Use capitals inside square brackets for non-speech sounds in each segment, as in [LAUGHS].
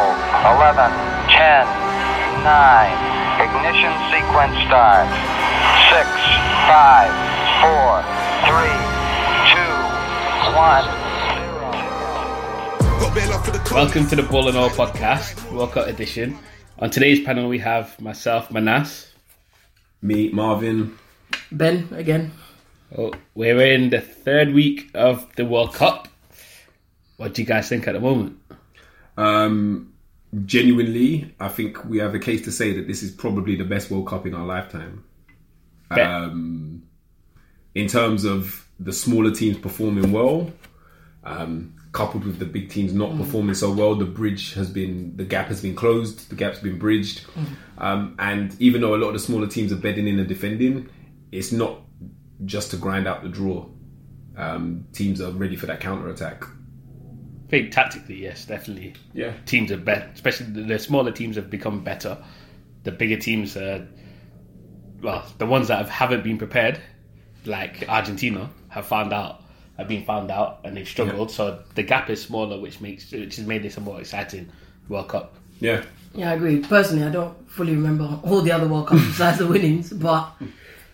11, 10, 9, ignition sequence starts. 6, 5, 4, 3, 2, 1, 0. Got bail off for the club. Welcome to the Ball and All podcast, Walcott edition. On today's panel, we have myself, Manas. Me, Marvin. Ben again. Oh, we're in the third week of the World Cup. What do you guys think at the moment? Um, genuinely, I think we have a case to say that this is probably the best World Cup in our lifetime. Ben? Um, in terms of the smaller teams performing well, um, coupled with the big teams not performing so well, the bridge has been the gap has been closed, the gap's been bridged, um, and even though a lot of the smaller teams are bedding in and defending, it's not just to grind out the draw. Um, teams are ready for that counter attack. I think tactically, yes, definitely. Yeah, Teams are better, especially the- the smaller teams have become better. The bigger teams, uh, well, the ones that have, haven't been prepared, like Argentina, have found out, have been found out, and they've struggled. So the gap is smaller, which makes which has made this a more exciting World Cup. yeah. Yeah, I agree. Personally, I don't fully remember all the other World Cups [LAUGHS] besides the winnings, but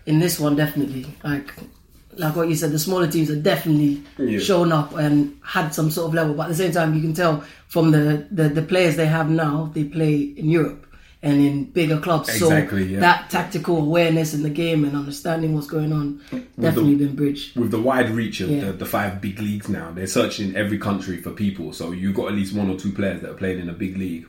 in this one, definitely. Like, like what you said, the smaller teams are definitely Yeah. shown up and had some sort of level. But at the same time, you can tell from the, the, the players they have now, they play in Europe and in bigger clubs. Exactly, so yeah. that tactical awareness in the game and understanding what's going on definitely been bridged. with the wide reach of Yeah. the, the five big leagues now, they're searching in every country for people. So you've got at least one or two players that are playing in a big league.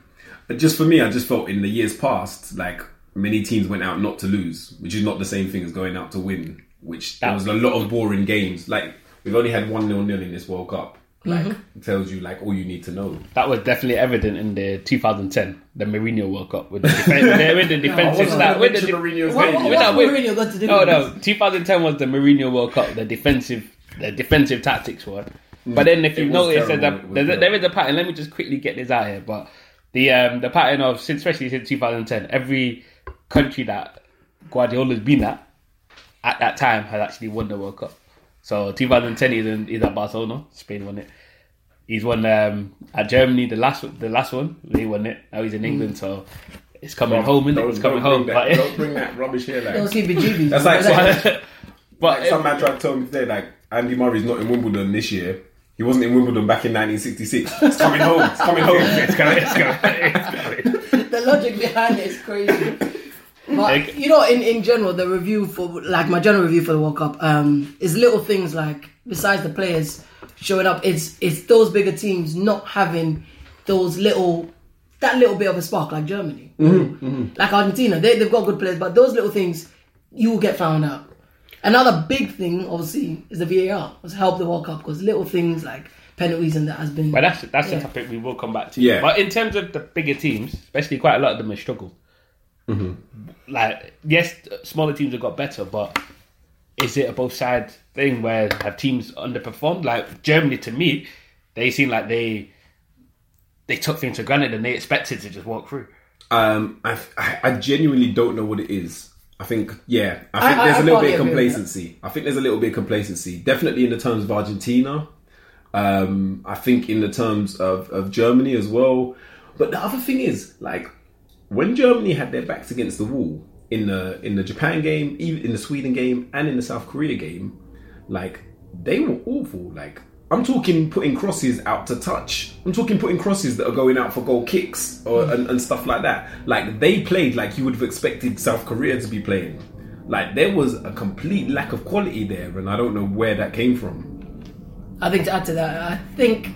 But just for me, I just felt in the years past, like many teams went out not to lose, which is not the same thing as going out to win. Which there was a lot of boring games. Like we've only had one nil nil in this World Cup. Like it tells you like all you need to know. That was definitely evident in the 2010, the Mourinho World Cup [LAUGHS] with the, defen- they were in the defensive wasn't stat. gonna with the mention de- Mourinho's Wait, name. wait, What's wait. Mourinho got to do No, with no. 2010 was the Mourinho World Cup, the defensive, the defensive tactics one. But then, if Mm. It you was notice, there's terrible. a, It was there's a, there is a terrible. pattern. Let me just quickly get this out here. But the um, the pattern of since- especially since 2010, every country that Guardiola's been at at that time has actually won the World Cup. So 2010 he's, in, he's at Barcelona, Spain won it. He's won um, at Germany the last the last one they won it. Now he's in England, so it's coming home, is it? Don't- It's coming home. don't bring Mm. that- but- don't bring that rubbish here. Those Like CBGBs. that's like That's- some- [LAUGHS] but Like, some man tried to tell me today, like Andy Murray's not in Wimbledon this year. He wasn't in Wimbledon back in 1966. It's coming home. It's coming home. It's coming. It's the logic behind it is crazy. Like- But you know, in, in general, the review for like my general review for the World Cup um, is little things like besides the players showing up, it's it's those bigger teams not having those little that little bit of a spark like Germany, like Argentina. They they've got good players, but those little things you will get found out. Another big thing, obviously, is the VAR has helped the World Cup because little things like penalties and that has been. But that's that's Yeah. a topic we will come back to. Yeah. But in terms of the bigger teams, especially quite a lot of them have struggled. Mm-hmm. Like yes, smaller teams have got better, but is it a both side thing where have teams underperformed? Like Germany, to me, they seem like they they took things for granted and they expected to just walk through. Um, I, I I genuinely don't know what it is. I think yeah. I I- think I- there's a I little bit of partly agree with complacency. I think there's a little bit of complacency. Definitely in the terms of Argentina. Um, I think in the terms of of Germany as well. But the other thing is like when Germany had their backs against the wall in the in the Japan game, even in the Sweden game, and in the South Korea game, like they were awful. Like I'm talking putting crosses out to touch. I'm talking putting crosses that are going out for goal kicks or and, and stuff like that. Like they played like you would have expected South Korea to be playing. Like there was a complete lack of quality there, and I don't know where that came from. I think to add to that, I think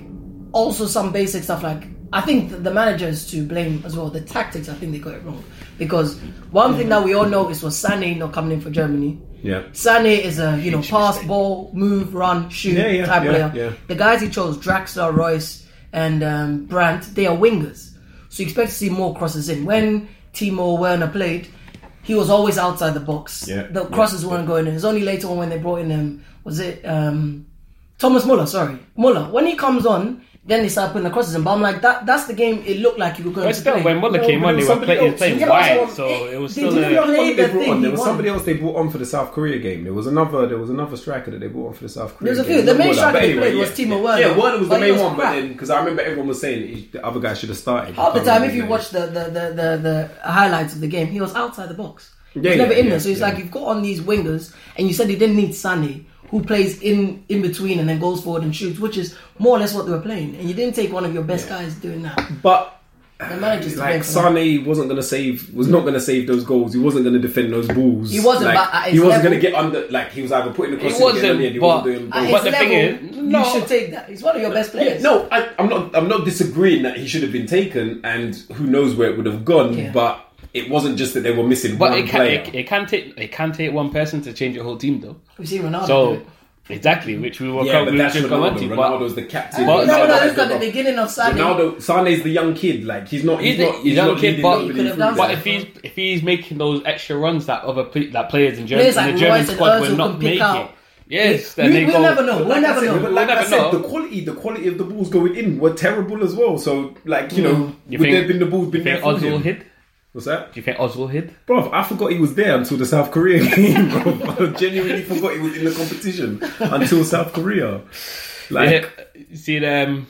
also some basic stuff like I think that the manager is to blame as well. The tactics, I think they got it wrong because one thing that we all noticed was Sané not coming in for Germany. Yeah. Sané is a you know pass, ball, move, run, shoot Yeah, yeah, type yeah, player. yeah. The guys he chose, Draxler, Royce, and um, Brandt, they are wingers, so you expect to see more crosses in. When Timo Werner played, he was always outside the box. Yeah, The yeah, crosses weren't going in. It was only later on when they brought in um, was it um, Thomas Muller? Sorry, Muller. When he comes on, Then they started putting the crosses in, but I'm like, that that's the game. It looked like you were going But to still, play. when Muller No, came but on, it they was were somebody playing, else. playing Yeah, but wide, someone- so it was they still didn't a, play Somebody the they brought thing on. There he was won. somebody else they brought on for the South Korea game. There was another. There was another striker that they brought on for the South Korea. was a game. few. The main But striker they played was yeah. Timo Werner. Yeah, Werner was But the he main was one. But crap. then, because I remember everyone was saying he- the other guy should have started. Half the I can't time, remember if you his watch the the, the, the, the highlights of the game, he was outside the box. He was Yeah, never yeah, in yeah, there. So it's yeah. like you've got on these wingers, and you said they didn't need Sane, who plays in in between and then goes forward and shoots, which is more or less what they were playing. And you didn't take one of your best guys doing that. name. But The manager's to blame like for that. Sane wasn't gonna save, was not gonna save those goals. He wasn't gonna defend those balls. He wasn't, Like, but at he his wasn't level- gonna get under. Like he was either putting the cross He in the end, wasn't, or he but- wasn't doing. At balls. his But the thing level, is, you no. should take that. He's one of your best players. No, I, I'm not. I'm not disagreeing that he should have been taken, and who knows where it would have gone. Yeah. But it wasn't just that they were missing but one it can, player. it, it can take it can take one person to change your whole team though. we've seen Ronaldo. do So it. exactly, which we will yeah, come but we that's should come on Ronaldo. to. Ronaldo's But the captain. But- no, no, Ronaldo no. has This is at the got- beginning of Sane. Ronaldo, Sane's the young kid. Like he's not. He's, he's, not. a- He's, he's a not young kid, leading but, nobody He could have through done there. but if he's if he's making those extra runs that other pe- that players in Germany Players in like the German Royce and squad Ozil were can not pick making. out. Yes, We- then we- they we'll go. never know. We'll Like I never said, know. But like We'll I never said, know. the quality, the quality of the balls going in were terrible as well. So, like you know, Mm. You would think- there have been the balls Do you been there think for Ozil him? hid? Do What's that, you think Ozil hid? bro? I forgot he was there until the South Korea [LAUGHS] game. Bro. I genuinely forgot he was in the competition until South Korea. Like, You see um,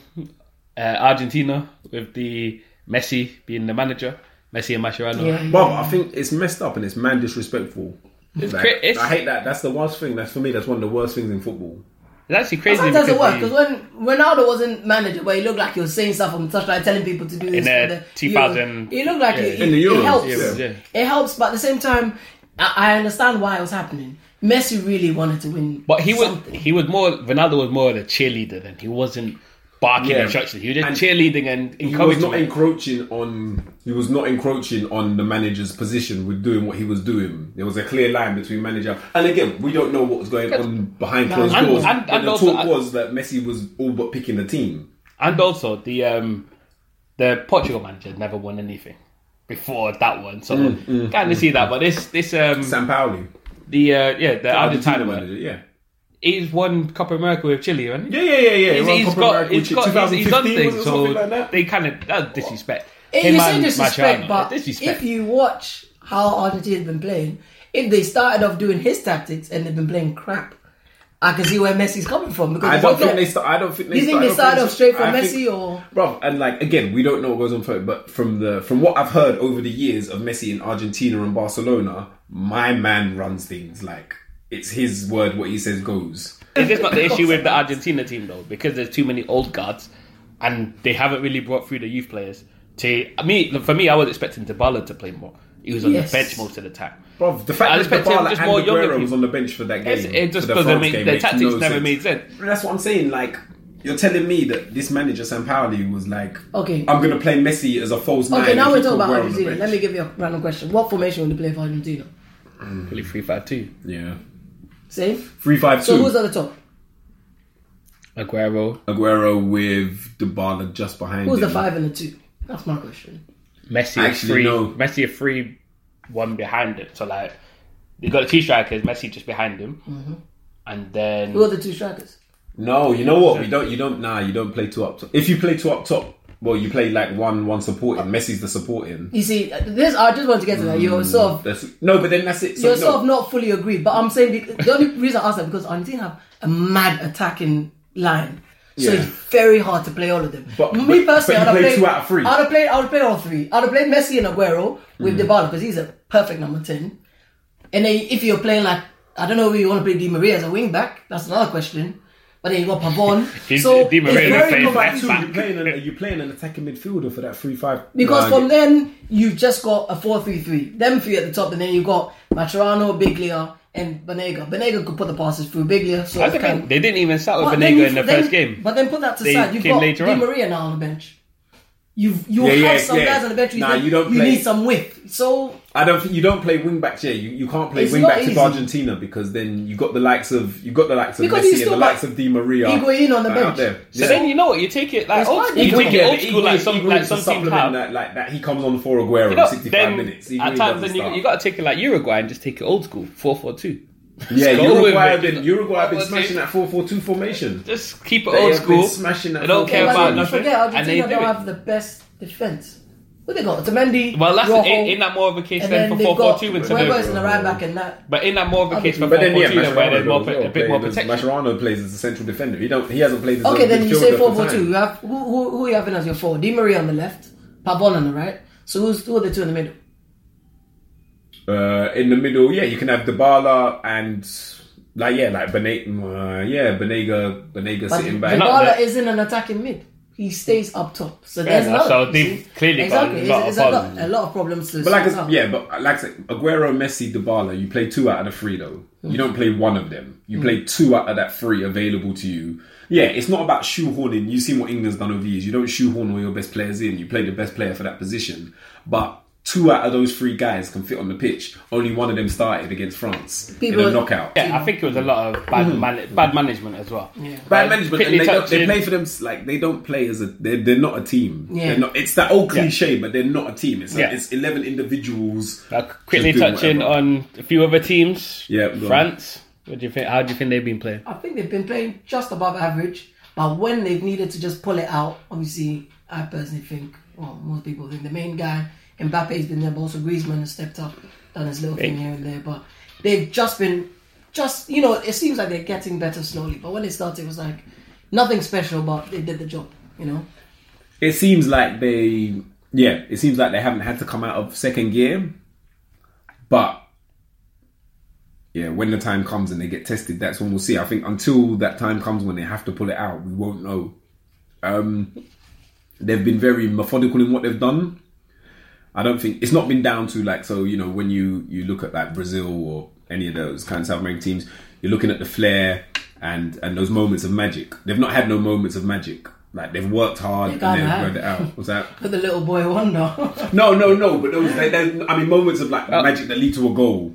uh, Argentina with the Messi being the manager, Messi and Mascherano. Yeah. bro, I think it's messed up and it's man disrespectful. Like, cra- it's- I hate that. That's the worst thing. That's for me. That's one of the worst things in football. It's actually crazy. Sometimes it worked because because when Ronaldo wasn't manager, but he looked like he was saying stuff on the touchline, telling people to do this. the for the 2000 Euros. He looked like yeah. it, In the it Euros, helps. yeah. Yeah. It helps, but at the same time, I, I understand why it was happening. Messi really wanted to win, But he was something. he was more Ronaldo was more of a cheerleader than he wasn't barking Yeah. instructions. He was just And cheerleading and He was encouraging. not encroaching on. He was not encroaching on the manager's position with doing what he was doing. There was a clear line between manager and again, we don't know what was going on behind closed And- doors. and- but and the also- talk was that Messi was all but picking the team. and also the um the Portugal manager never won anything before that one, so Mm, kind of see that. But this this um Sampaoli, the uh, yeah the Argentina one, manager, yeah. he's won Copa America with Chile, hasn't he? Yeah, yeah, yeah, yeah. He's, He won he's Copa got, America, he's which- got, he's, he's done 2015 was things, it, so something like that? they kind of that's disrespect. It- Him you say and disrespect, Mascherano, but disrespect. if you watch how Argentina have been playing, if they started off doing his tactics and they've been playing crap, I can see where Messi's coming from. Because I it's don't not- think they. Start, I don't think they. You think they started off straight from I Messi think- or? Bro, and like again, we don't know what goes on for it, but from the from what I've heard over the years of Messi in Argentina and Barcelona, my man runs things like it's his word, what he says goes. Is this not the issue with [LAUGHS] the Argentina team though? Because there's too many old guards, and they haven't really brought through the youth players. To I mean, for me, I was expecting Dybala to play more. He was on Yes. the bench most of the time. Bro, the I fact that expect him Dybala and just more younger Aguero was people. on the bench for that game, It's- it just for the doesn't France make game, their makes tactics no never sense. made sense. That's what I'm saying. Like. You're telling me that this manager Sampaoli was like, Okay. I'm gonna play Messi as a false nine. Okay, and now we're keep talking about Aguero on the Argentina. bench." Let me give you a random question. What formation would they play for Argentina? Really, three five two. yeah, Safe. three five two. So who's at the top? Aguero, Aguero with Dybala just behind Who's him. the five and the two? That's my question. Messi, a Actually, three, no. Messi a three, one behind it. So like, you got the two strikers, Messi just behind him, Mm-hmm. and then Who are the two strikers? No, you know what? We don't. You don't. Nah, you don't play two up top. If you play two up top, well, you play like one one supporting. Messi's the supporting. You see, uh, this I just want to get to that. You're sort of That's, no, but then that's it. So, you're no. sort of not fully agreed, but I'm saying the, the only reason I asked that because Argentina have a mad attacking line. So Yeah. it's very hard to play all of them. But- but- Me but you personally, I'd have play played two out of three. Mm. I'd have played. I'd have played all three. I'd have played Messi and Aguero with Dybala because he's a perfect number ten. And then if you're playing like I don't know, who you want to play Di Maria as a wing back. That's another question. But then you got Pavon. [LAUGHS] He's- so Di Maria it's is very playing confusing. left Two, back. you're playing an, you're playing an attacking midfielder for that three five. Because Nah, from then you've just got a 4-3-3. Them three at the top, and then you've got Maturano, Biglia, and Benega. Benega could put the passes through Biglia. So That's the thing, they didn't even start with Benega in the first game. But then put that to They side. You've came got later Di on. Maria now on the bench. You've you Yeah, have yeah, some yeah. guys on the bench. You, Nah, think you don't you play- need some width. So I don't. think- You don't play wing backs. Yeah, you, you can't play It's wing not backs with easy. Argentina because then you got the likes of you got the likes of Because Messi he's and still the got likes of Di Maria. Higuaín on the Out bench. there. So then you know what you take it like It's old fine. school, you Higuain, take it yeah, old school like some like some teams have. That, like that, he comes on for Aguero You know, in 65 then minutes. Higuain at times doesn't then you, start. you got to take it like Uruguay and just take it old school four four two. Yeah, go with Uruguay have it. been Uruguay have been Well, smashing they- that 4-4-2 formation. Just keep it They old have been school. smashing that They don't care But about you nothing. forget and they Argentina do don't it. have the best defense. What they got? Otamendi, Well, that's it. Rojo, Ain't, ain't that more of a case and then then for they've four four two got in whoever is today? in the right back and that. But ain't that more of a case for four But then four yeah, two then where they're more, Mascherano a goes, bit more plays- protection? Mascherano plays as a central defender. He don't. He hasn't played as Okay, a then you say midfielder four for four two. time. You have who who who are you having as your four? Di Maria on the left, Pavon on the right. So who's who are the two in the middle? Uh, in the middle, yeah, you can have Dybala and like yeah, like Benega, uh, yeah, Benega, Benega But sitting back. not- Dybala isn't an attacking mid. He stays up top. So there's enough. another. So you they've see? clearly got exactly. a It's- lot of it's a lot, problems. a lot of problems to But like, sort I- out. yeah, but like I said, Aguero, Messi, Dybala, you play two out of the three though. You don't play one of them. Mm. You play two out of that three available to you. Yeah, it's not about shoehorning. You've seen what England's done over the years. You don't shoehorn all your best players in. You play the best player for that position. But two out of those three guys can fit on the pitch. Only one of them started against France in People- a knockout. Yeah, I think it was a lot of Mm-hmm. bad, man- bad management as well. Bad Like, management, quickly and they, don't, they touching- play for them like they don't play as a. They're, they're not a team. Yeah. They're not, it's that old cliche, but they're not a team. It's like, Yeah. it's eleven individuals. Like, Uh, quickly just doing touching whatever. on a few other teams. Yeah, go on. France. What do you think? How do you think they've been playing? I think they've been playing just above average, but when they've needed to just pull it out, obviously, I personally think, well, most people think the main guy, Mbappe, has been there, but also Griezmann has stepped up, done his little thing here and there. But they've just been, just you know, it seems like they're getting better slowly. But when they started, it was like nothing special, but they did the job, you know. It seems like they. Yeah, it seems like they haven't had to come out of second gear, but yeah, when the time comes and they get tested, that's when we'll see. I think until that time comes when they have to pull it out, we won't know. Um, they've been very methodical in what they've done. I don't think it's not been down to like so you know when you you look at like Brazil or any of those kind of South American teams, you're looking at the flair and and those moments of magic. They've not had no moments of magic. Like they've worked hard They and can't they've have. worked it out. What's that? But the little boy [LAUGHS] wonder. No, no, no. But those, they, they, I mean, moments of like magic that lead to a goal.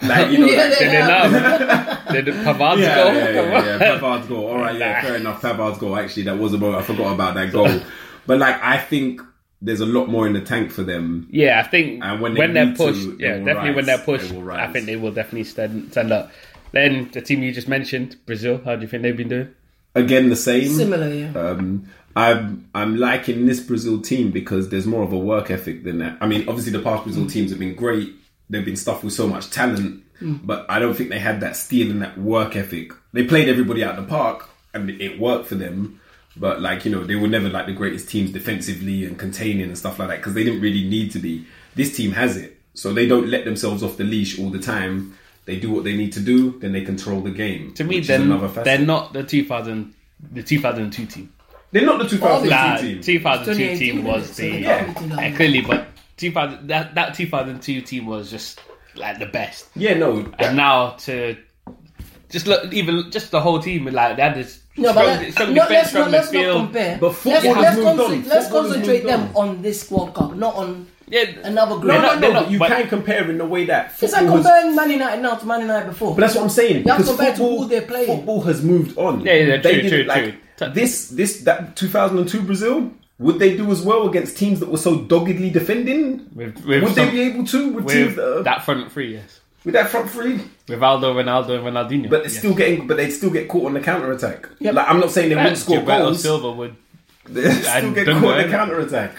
Like you know, [LAUGHS] Yeah, like- they- Did um, they now? Did Pavard's [LAUGHS] yeah, goal? yeah, yeah, yeah. Pavard's goal. All right, yeah, Nah. fair enough. Pavard's goal. Actually, that was a moment. I forgot about that goal. but like, I think there's a lot more in the tank for them. Yeah, I think And when, when they they are need to, pushed, they yeah, will definitely when rise. they're pushed, They will rise. I think they will definitely stand, stand up. Then the team you just mentioned, Brazil. How do you think they've been doing? Again, the same. Similar, yeah. Um, I'm I'm liking this Brazil team because there's more of a work ethic than that. I mean, obviously the past Brazil Mm. teams have been great. They've been stuffed with so much talent, Mm. but I don't think they had that steel and that work ethic. They played everybody out the park, and it worked for them. But like you know, they were never like the greatest teams defensively and containing and stuff like that because they didn't really need to be. This team has it, so they don't let themselves off the leash all the time. They do what they need to do, then they control the game. To me, which is they're, another facet. they're not the 2000, the 2002 team. They're not the Oh, 2002 Nah, team. 2002 team 2018, was so the they yeah. can't be too yeah, loud. clearly, but 2000 that that 2002 team was just like the best. Yeah, no. And now to just look, even just the whole team, like they had this No, strong, but let, strong no, defense, let's, strong not, let's not midfield. compare. But let's football has let's, moved on. concentrate- let's Football has concentrate moved on. them on this World Cup, not on Yeah, another group. No, They're no, not- no, they're but not- you but- can compare in the way that It's like football has, comparing Man United now to Man United before. But that's what I'm saying. You have to Because compare to football, who they're playing. football has moved on. Yeah, yeah, They true, didn't, true, true. This, this, that 2002 Brazil, would they do as well against teams that were so doggedly defending? With- with would some- they be able to with, teams with that, are, that front three, yes, with that front three? with Aldo, Ronaldo, and Ronaldinho, But they're yes. still getting, but they'd still get caught on the counter attack. Like I'm not saying they wouldn't score Gilberto goals. Silva would. [LAUGHS] They still and get Dunga, caught on the innit? counter attack.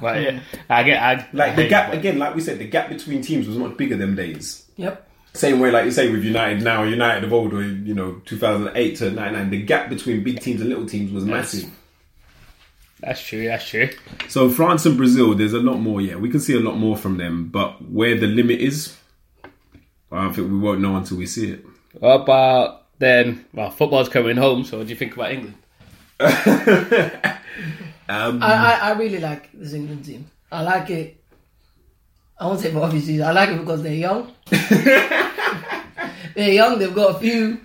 But Hmm. yeah, I get I, I Like the hate gap it, again, like we said, the gap between teams was much bigger them days. Yep. Same way, like you say, with United now, United of old, or you know, 2008 to 99, the gap between big teams and little teams was massive. but That's true. That's true. So France and Brazil, there's a lot more. Yeah, we can see a lot more from them, but where the limit is, I don't think we won't know until we see it. What about then? Well, football's coming home. So, what do you think about England? I, I, I really like this England team. I like it. I won't say for obvious reasons. I like it because they're young. they're young. They've got a few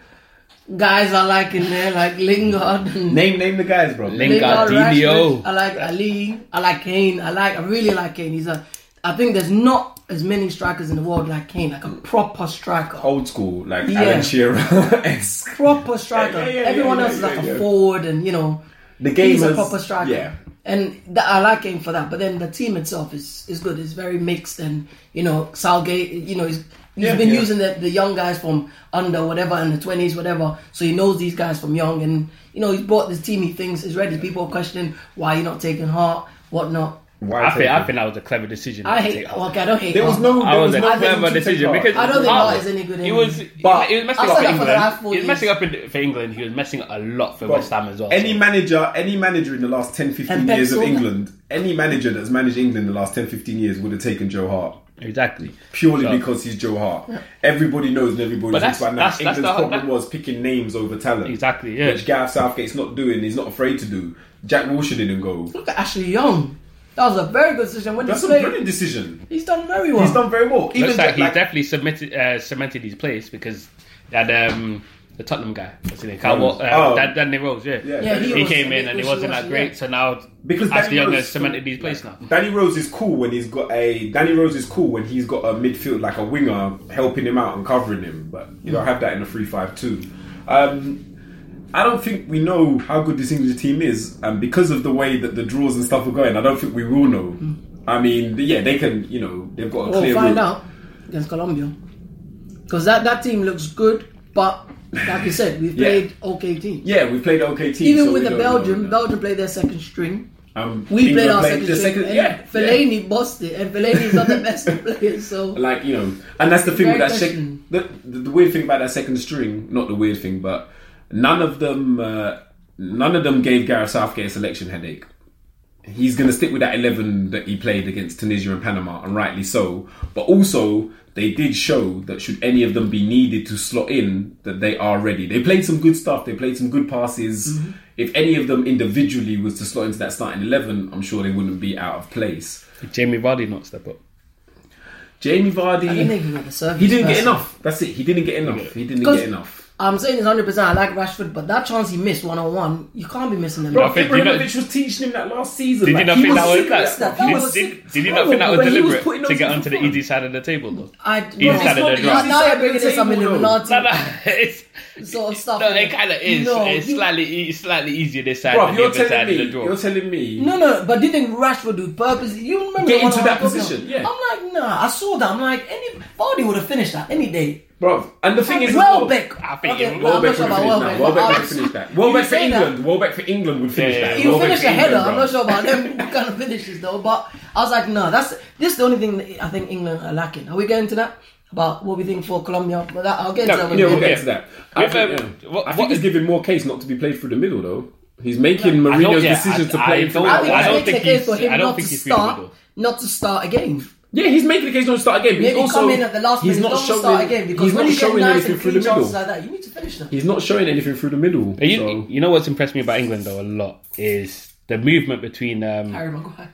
guys I like in there, like Lingard. and- Name name the guys, bro. Ling- Lingardinho. Rashford. I like Ali. I like Kane. I like. I really like Kane. He's a. I think there's not as many strikers in the world like Kane, like a proper striker. Old school, like Yeah. Alan Shearer esque. proper striker. Yeah, yeah, yeah, Everyone yeah, else is yeah, like yeah, a yeah. forward and you know The game he's has, a proper striker. Yeah, And that, I like him for that. But then the team itself is, is good. It's very mixed and you know, Salgate you know, he's He's Yeah, been yeah. using the, the young guys from under whatever in the twenties, whatever. So he knows these guys from young, and you know he's brought this team. He thinks is ready. People are questioning why you're not taking heart, whatnot. Why I think, take I it? think that was a clever decision. I to hate. take Well, Hart. okay, I don't hate. There was Hart. no. I There was was a no clever reason to take decision Hart. because I don't think Hart- Hart is any good He in- was, he was But- messing I've up for said that for the England. last He four was messing years. up in, for England. He was messing up a lot for But West Ham as well. Any so. manager, any manager in the last 10, 15 And Pep years of saw that. England, any manager that's managed England in the last 10, 15 years would have taken Joe Hart exactly. purely So- because he's Joe Hart. Everybody knows and everybody But thinks that's- by now that's- that's England's the- problem that- was picking names over talent. Exactly, yeah. Which Gareth Southgate's not doing. He's not afraid to do. Jack Wilshere didn't go. Look at Ashley Young. That was a very good decision when he That's a played. brilliant decision. He's done very well. He's done very well. Even Looks like Jack- he's like- definitely submitted, uh, cemented his place because that um, the Tottenham guy, what's his name? Kyle, Wa- uh, Oh. Dan- Danny Rose, yeah. Yeah. Yeah, he, He was came a in bit and he wasn't that wishy-washy, great, yeah. so now Because Ashley Danny Young has Rose- cemented his place now. Danny Rose is cool when he's got a Danny Rose is cool when he's got a midfield like a winger helping him out and covering him, but you don't have that in a three-five-two. Um, I don't think we know how good this English team is, and because of the way that the draws and stuff are going, I don't think we will know. I mean, yeah, they can, you know, they've got a Hmm. We'll clear find route. out against Colombia because that, that team looks good, but like you said, we've [LAUGHS] Yeah. played okay teams. Yeah, we played okay teams. Even so with we the don't know Belgium, that. Belgium played their second string. Um, We England played our played second the string. and yeah, yeah. Fellaini bossed it, and Fellaini's not the [LAUGHS] [LAUGHS] best player, so like you know, and that's the thing with Very that. Sec- question. the, the, the weird thing about that second string, not the weird thing, but none of them, uh, none of them gave Gareth Southgate a selection headache. He's going to stick with that eleven that he played against Tunisia and Panama, and rightly so. But also, they did show that should any of them be needed to slot in, that they are ready. They played some good stuff. They played some good passes. Mm-hmm. If any of them individually was to slot into that starting eleven, I'm sure they wouldn't be out of place. Jamie Vardy not step up. Jamie Vardy. I don't think he got the service. He didn't get person. enough. That's it. He didn't get enough. He didn't 'Cause- get enough. I'm saying this 100. percent I like Rashford, but that chance he missed one on one, you can't be missing them. Bro, I think- do you know- Ibrahimovic was teaching him that last season. Did like, you not he think was that was sick of that? stuff. That He did- Did, was sick. did you not think that was Bro, but he was deliberate putting to those get in onto for the fun. easy side of the table though? I He's it's had not- it in the now, draft. now you're bringing in some Table, though. Illuminati No, no, [LAUGHS] it's, sort of stuff. no, it kind of is. No, it's you- slightly e- it's slightly easier this side Bro, than the you're other side of telling me. the draw. You're telling me. No, no, but do you think Rashford would purposely? You remember Get the one into I that was talking position, about? yeah. I'm like, nah. I saw that. I'm like, any Vardy would have finished that any day. Bro, and the thing is, Welbeck, I think okay, he- well, I'm Welbeck not would sure finish about that. Welbeck. Welbeck but would finish that. [LAUGHS] you Welbeck for say that, England. Welbeck for England would finish Yeah, that. yeah. He would Welbeck finish for the header. England, I'm bro. not sure about them [LAUGHS] kind of finishes though. But I was like, no, that's this is the only thing that I think England are lacking. Are we going to that about what we think for Colombia? But that, I'll get into No, that. when Yeah, we we'll get- get to that. I With, think, um, yeah. what- I think what he's is- giving more case not to be played through the middle, though. He's making I don't- Mourinho's yeah, decision I- to I play him through don't- the middle. I think I he's don't making think the he's- case for him I don't not think to he's feasible. start, not to start a game. Yeah, he's making the case not to start again. But Maybe he's also come in at the last he's minute, not don't showing. start a game because he's when not you get showing nice anything and through clean the middle. chances like that, you need to finish them. He's not showing anything through the middle. But you, so- you know what's impressed me about England though a lot is the movement between. Um, [LAUGHS] Harry Maguire.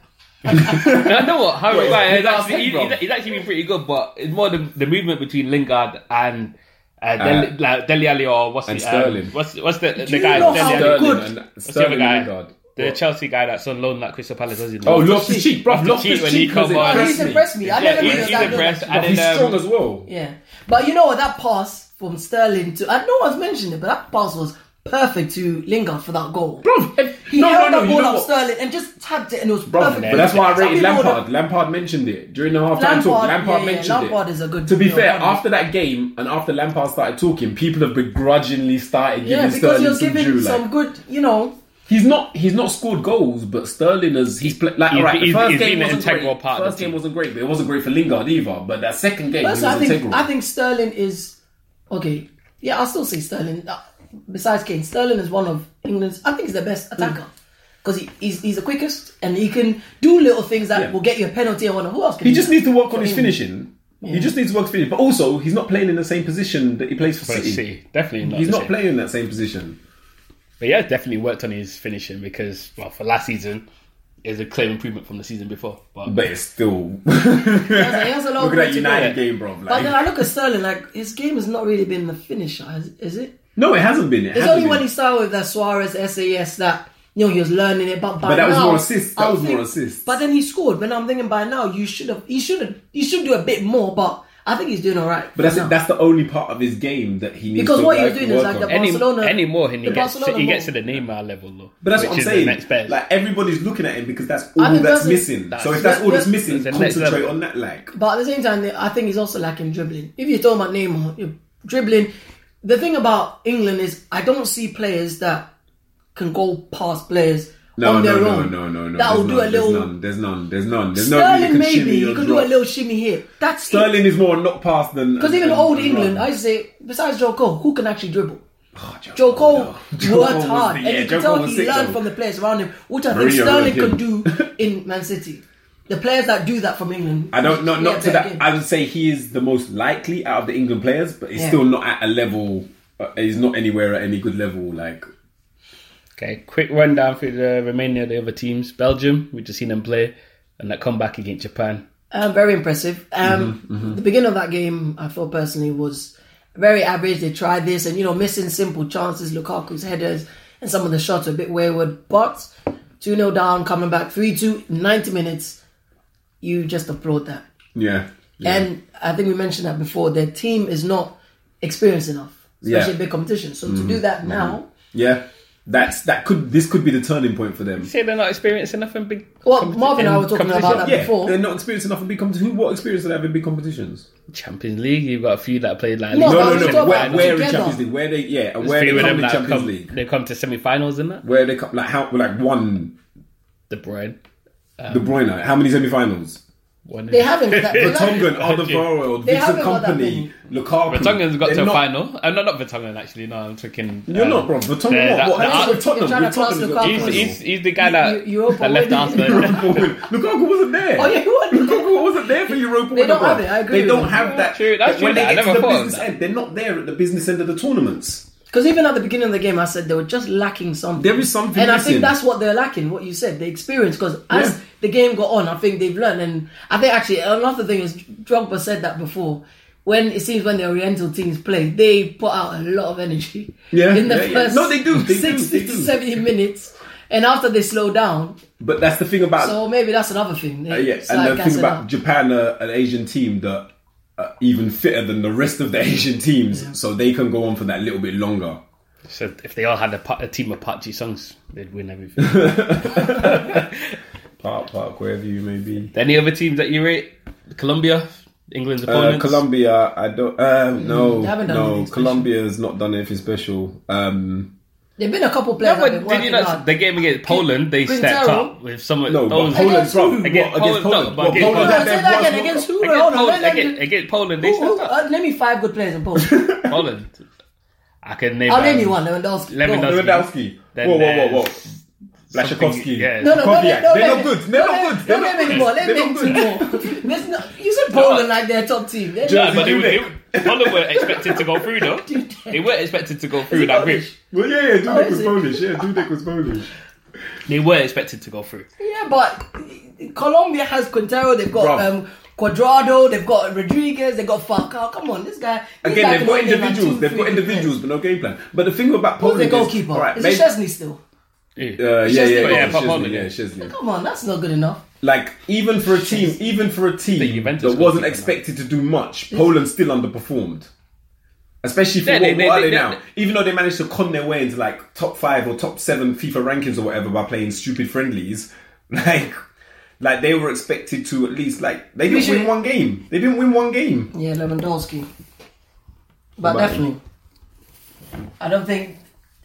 no, no, what Harry Wait, Maguire he's he's our actually, head, bro. he's, he's actually been pretty good, but it's more the, the movement between Lingard and. Uh, Deli, Uh, like Deli Ali or what's and the Sterling. Um, what's what's the the you guy? know Dele how Alli. good- Sterling Good. and What's the other Sterling guy? Lingard. The What? Chelsea guy that's on loan at Crystal Palace, wasn't he? Oh, Loftus Cheek, bro. Loftus Cheek Loftus when he Cheek has come on. Oh, impressed he's Ah, me. impressed me. I Yeah, never knew he's- he was he's that good. impressed. actually. But And he's then, um, strong as well. Yeah, but you know what? That pass from Sterling to and no one's mentioned it, but that pass was perfect to Lingard for that goal. Bro, if- he no, held no, no, that you ball know up what? Sterling and just tapped it, and it was Bro, perfect. but that's why I Some rated people would have- Lampard. Lampard mentioned it during the half-time talk. Lampard- Lampard yeah, yeah, mentioned Lampard it. is a good- to be you know, fair, Lampard. after that game and after Lampard started talking, people have begrudgingly started giving Yeah, because Sterling you're some giving due. some like, good, you know. he's not he's not scored goals, but Sterling has he's played like He's- all right. The he's- first he's game been an wasn't integral great. part of First the game team. wasn't great, but it wasn't great for Lingard either. But that second game, he was Personally, I integral. think I think Sterling is okay. Yeah, I'll still say Sterling. uh, Besides Kane, Sterling is one of England's. I think he's the best attacker Mm. because he, he's he's the quickest and he can do little things that Yeah. will get you a penalty and one. Who else can He do just that? needs to work on his finishing. He just needs to work his finishing. But also, he's not playing in the same position that he plays for But City. see, definitely not. He's the not same. playing in that same position. But yeah, definitely worked on his finishing because well, for last season, is a clear improvement from the season before. But, But it's [LAUGHS] [LAUGHS] still. has a- he has a lot Look of at work that to United do. game, bro. Like, But then I look at Sterling, like his game has not really been the finisher, is, is it? no, it hasn't been. It It's hasn't only been. when he started with that Suarez SAS that you know he was learning it, but by But that was now- more assists. That I was more think- assists. But then he scored. But now I'm thinking by now you should have, you should have, you should do a bit more. But I think he's doing all right. But that's now. that's the only part of his game that he needs. Because to what he was work- doing is work like on. the- Any, Barcelona- anymore, and he the gets, to, Barcelona he gets to mode. the Neymar level though. But that's which what I'm is the saying. next best. Like everybody's looking at him because that's all I think that's that's it. missing. That's- so if that's all that's that's- missing, that's the next concentrate level. on that. Like But at the same time, I think he's also lacking dribbling. If you're talking about Neymar, you're dribbling. The thing about England is I don't see players that can go past players no, on no, their no, own. no, no, no. That will There's do none, a little. There's none. There's none. There's none. There's nobody that Sterling can maybe shimmy you or could do drop. a little shimmy here. That's Sterling is more knock pass than Because even old England, I used to say besides Joe Cole, who can actually dribble? Ah, Joe Cole Joko [LAUGHS] worked hard, and you could tell he learned from the players around him, which I think Mourinho Sterling was him. could do in Man City. The players that do that from England, I don't know, play a not to better that. game. I would say he is the most likely out of the England players, but he's Yeah. still not at a level. Uh, he's not anywhere at any good level. Like Okay, quick rundown through the remainder of the other teams. Belgium, we just seen them play, and that comeback against Japan. Um, very impressive. Um, Mm-hmm, The beginning of that game, I thought personally, was very average. They tried this and, you know, missing simple chances, Lukaku's headers, and some of the shots were a bit wayward. But 2 0 down, coming back 3 2, 90 minutes, you just applaud that. yeah, yeah. And I think we mentioned that before, their team is not experienced enough, especially Yeah. Mm-hmm. in big competitions. So to do that now, yeah. That's that could this could be the turning point for them. Say they're not experiencing nothing big. Well, competi- Marvin and I were talking competition. about that. Yeah, Before- they're not experienced enough in big competitions. Who what experience do they have in big competitions? Champions League, you've got a few that played like No, No, but no, we no. talk Where, about where in together. Champions League? Where they yeah, and where Few they of come them in that Champions come- League? They come to semi-finals in that. Where they come like how like one De Bruyne, Um, De Bruyne? How many semi-finals? one. [LAUGHS] they haven't. that- they Tongan, haven't- Alderweireld, They Vincent haven't got that Company, Lukaku. Vertonghen's got They're to a not- final. Uh, no, not Vertonghen actually. No, I'm talking. You're um, not, bro. the- Vertonghen, that- what? what? the That's Ar- with Tottenham. You're trying With Tottenham's to class got Lukaku He's, as- Arsenal. he's, he's the guy that, you- you hope that left already- Arsenal. Lukaku Lukaku wasn't there. Oh, yeah, he wasn't there. Lukaku wasn't there for Europa. They winner, don't bro. have it, I agree They with don't you. have that. True, that's true, when they I get to never the thought of business that. end, they're not there at the business end of the tournaments. Because even at the beginning of the game, I said they were just lacking something. There is something and I missing. think that's what they're lacking. What you said, the experience. Because as Yeah. the game got on, I think they've learned. And I think actually another thing is Drogba said that before. When it seems when the Oriental teams play, they put out a lot of energy. Yeah, in the yeah, yeah. first No, they do, they do, sixty they to do. seventy minutes, and after they slow down. But that's the thing about So maybe that's another thing. They Uh, yeah, start and the thing gassing about up. Japan, are an Asian team that are even fitter than the rest of the Asian teams, so they can go on for that little bit longer. So if they all had a, pa- a team of Pachi songs, they'd win everything. [LAUGHS] Park, park, wherever you may be. Any other teams that you rate? Colombia, England's Uh, opponents. Colombia, I don't. Um, no, they haven't done no, anything special. Colombia's not done anything special. Um, there've been a couple No, players. that have but been did you working not? hard. The game against Poland, they Quintero. stepped up with some of no, those. but Poland's wrong. Against Poland, no, but Oh, against Hold on, Poland. say they've that won- again. Against who? Against Hold on, Poland, let them- against, against Poland, they Who- who- stepped up. uh, Name me five good players in Poland. Poland. I can name. I'll um, name you one, Lewandowski. Go on. Lewandowski. Lewandowski. Then Whoa, whoa, whoa, whoa. there's Blaszczykowski. yeah. No, no, no, Kovacic. They're no, no, no, not no, good. They're no, not good. No, They're not name good. anymore. Let They're me not two more. There's no, you said Poland like their top team. They're Jersey No, but they, were- they, Dudek. were- Poland were expected to go through though. [LAUGHS] They were expected to go through that group. rubbish. Well, yeah, yeah, Dudek Oh, was is it? Polish. Yeah, Dudek was Polish. They were expected to go through. Yeah, but Colombia has Quintero. They've got Bruv. um, Quadrado. They've got Rodriguez. They've got Falcao. Come on, this guy. this guy Again, can they've got only name like individuals. two, They've three got good individuals, players. but no game plan. But the thing about Who's Poland their is- goalkeeper? all right, is maybe- it Chesney still? Uh, yeah, yeah, Chesney yeah, got it. Yeah, Chesney, Poland, yeah, yeah. Chesney. Come on, that's not good enough. Like even for a team, even for a The team Juventus that wasn't goalkeeper, expected to do much, Poland still underperformed. Especially for Yeah, what, they- they- what are they- they, they- now? Even though they managed to con their way into like top five or top seven FIFA rankings or whatever by playing stupid friendlies, [LAUGHS] like, like they were expected to at least like they didn't should- win one game. They didn't win one game. Yeah, Lewandowski. But But- definitely, I don't think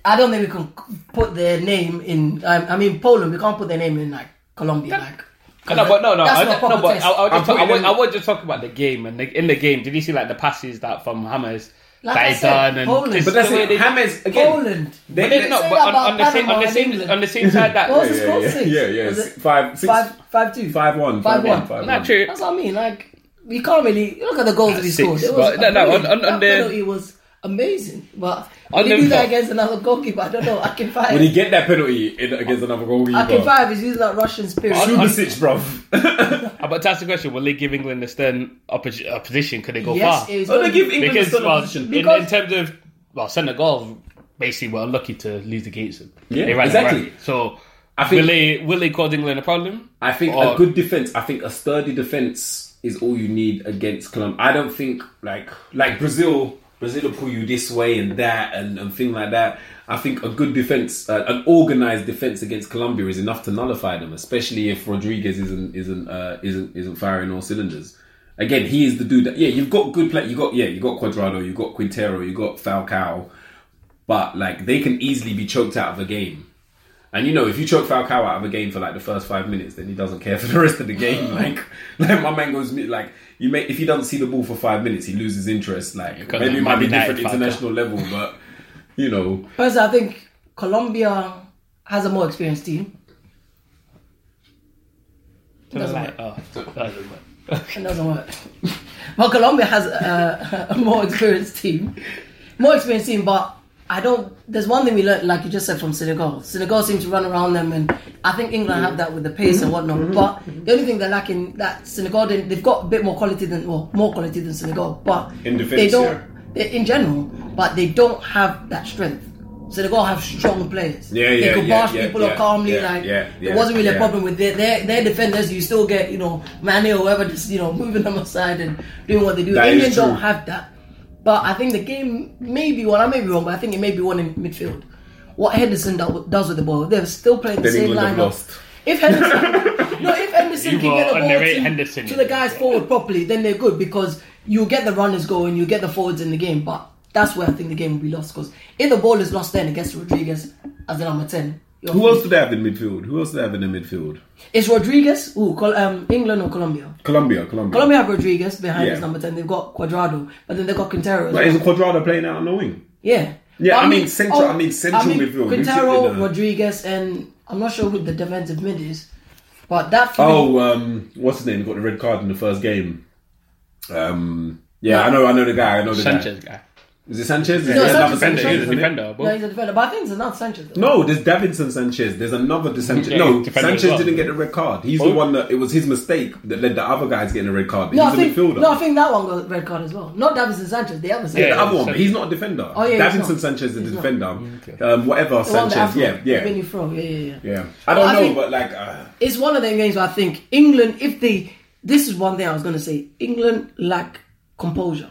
I don't think we can c- put their name in. I, I mean, Poland. We can't put their name in like Colombia. Like, No, but no, no, That's I, not no, proper but test. I, I, was I'm just talk, I, putting was, in- I was just talking about the game and the, in the game. Did you see like the passes that from Hammers Like that I is said, done and Poland. just But that's the way it. they- Hammers again. Poland. They, But they, no, Say but that on, on about the same on the Panama and same England. on the same side [LAUGHS] that What [LAUGHS] was Yeah, the yeah, score? yeah. Six? Yeah, yeah, Was six- it five- six- five, five, two, five one, five, five one, one. five not true. That's what I mean. Like, we can't really look at the goals that he Six, scored. It but- was no, no, amazing. on- on- that on the- penalty was amazing. But On when you the do that top. against another goalkeeper, I don't know. I can five. When he get that penalty in, against another goalkeeper, I can five is using that Russian spirit. On- Subasic, [LAUGHS] bruv. I'm about to ask the question: Will they give England a stern oppo- opposition? Could they go Yes, far? it was Oh, they only- give England Because, a solid well, position. in, in Because- terms of well, Senegal basically were unlucky to lose against them. Yeah, they ran exactly. the racket. So I think- will they will they cause England a problem? I think Or- a good defense. I think a sturdy defense is all you need against Colombia. I don't think like like Brazil. Brazil will pull you this way and that and, and thing like that. I think a good defense, uh, an organized defense against Colombia is enough to nullify them, especially if Rodriguez isn't isn't uh, isn't isn't firing all cylinders. Again, he is the dude that yeah. You've got good play. You got yeah. You got Quadrado. You got Quintero. You got Falcao. But like they can easily be choked out of a game. And you know, if you choke Falcao out of a game for like the first five minutes, then he doesn't care for the rest of the [LAUGHS] game. Like, like my man goes like you may if he doesn't see the ball for five minutes, he loses interest. Like got maybe that it might be Man United different international level, but you know, Personally, I think Colombia has a more experienced team. Doesn't Like, oh, that doesn't work. It doesn't work. [LAUGHS] But Colombia has a, a more experienced team, more experienced team. But I don't. There's one thing we learned, like you just said, from Senegal. Senegal seems to run around them, and I think England have that with the pace and whatnot. But the only thing they're lacking that Senegal didn't, they've got a bit more quality than well, more quality than Senegal. But In defense, they don't. yeah. they- in general, but they don't have that strength. Senegal have strong players. Yeah, They yeah, could yeah, bash yeah, people yeah, up calmly. yeah, like yeah, it yeah, wasn't really a yeah. problem with their, their their defenders. You still get you know Mane or whoever just you know moving them [LAUGHS] aside and doing what they do. That is England don't true. have that. But I think the game may be one. I may be wrong, but I think it may be one in midfield. What Henderson do- does with the ball, they're still playing the Then same England have lineup. lost. [LAUGHS] If Henderson, no, if Henderson You can will get the ball underrate to, Henderson, to you the know. guys forward properly, then they're good because you get the runners going, you get the forwards in the game. But that's where I think the game will be lost because if the ball is lost then against Rodriguez as the number ten, you're who else do they have in midfield? Who else do they have in the midfield? It's Rodriguez, ooh, Col- um, England or Colombia. Colombia, Colombia. Colombia have Rodriguez behind Yeah. his number ten. They've got Quadrado, but then they've got Quintero. as But well. is Quadrado playing out on the wing? Yeah. Yeah, But oh, I mean central- I mean central midfield. You Quintero, should be the- Rodriguez, and I'm not sure who the defensive mid is, but that. For me, Oh, um, what's his name? Got the red card in the first game. Um, yeah, I know, I know the guy. I know the Sanchez guy. guy. Is it Sanchez? No, There's another Defender, Sanchez- Sanchez he's a isn't it? defender. no, bro. he's a defender, but I think it's not Sanchez. Though. No, there's Davinson Sanchez. There's another De Sanchez. Yeah, no, defender as Sanchez well. didn't get the red card. He's the Oh. one that it was his mistake that led the other guys getting a red card. No, I he's a think midfielder. no, I think that one got red card as well. Not Davison Sanchez, the other Sanchez. the Yeah, other one, so- but he's not a defender. Oh, yeah, he's Davinson not. Sanchez is He's a not. defender. Um, whatever The one that Sanchez, Afro- yeah, Vinny yeah, Fro, yeah, yeah, yeah. yeah. I Well, don't I know, think- but like, uh, It's one of them games where I think England, if they, this is one thing I was going to say. England lack composure.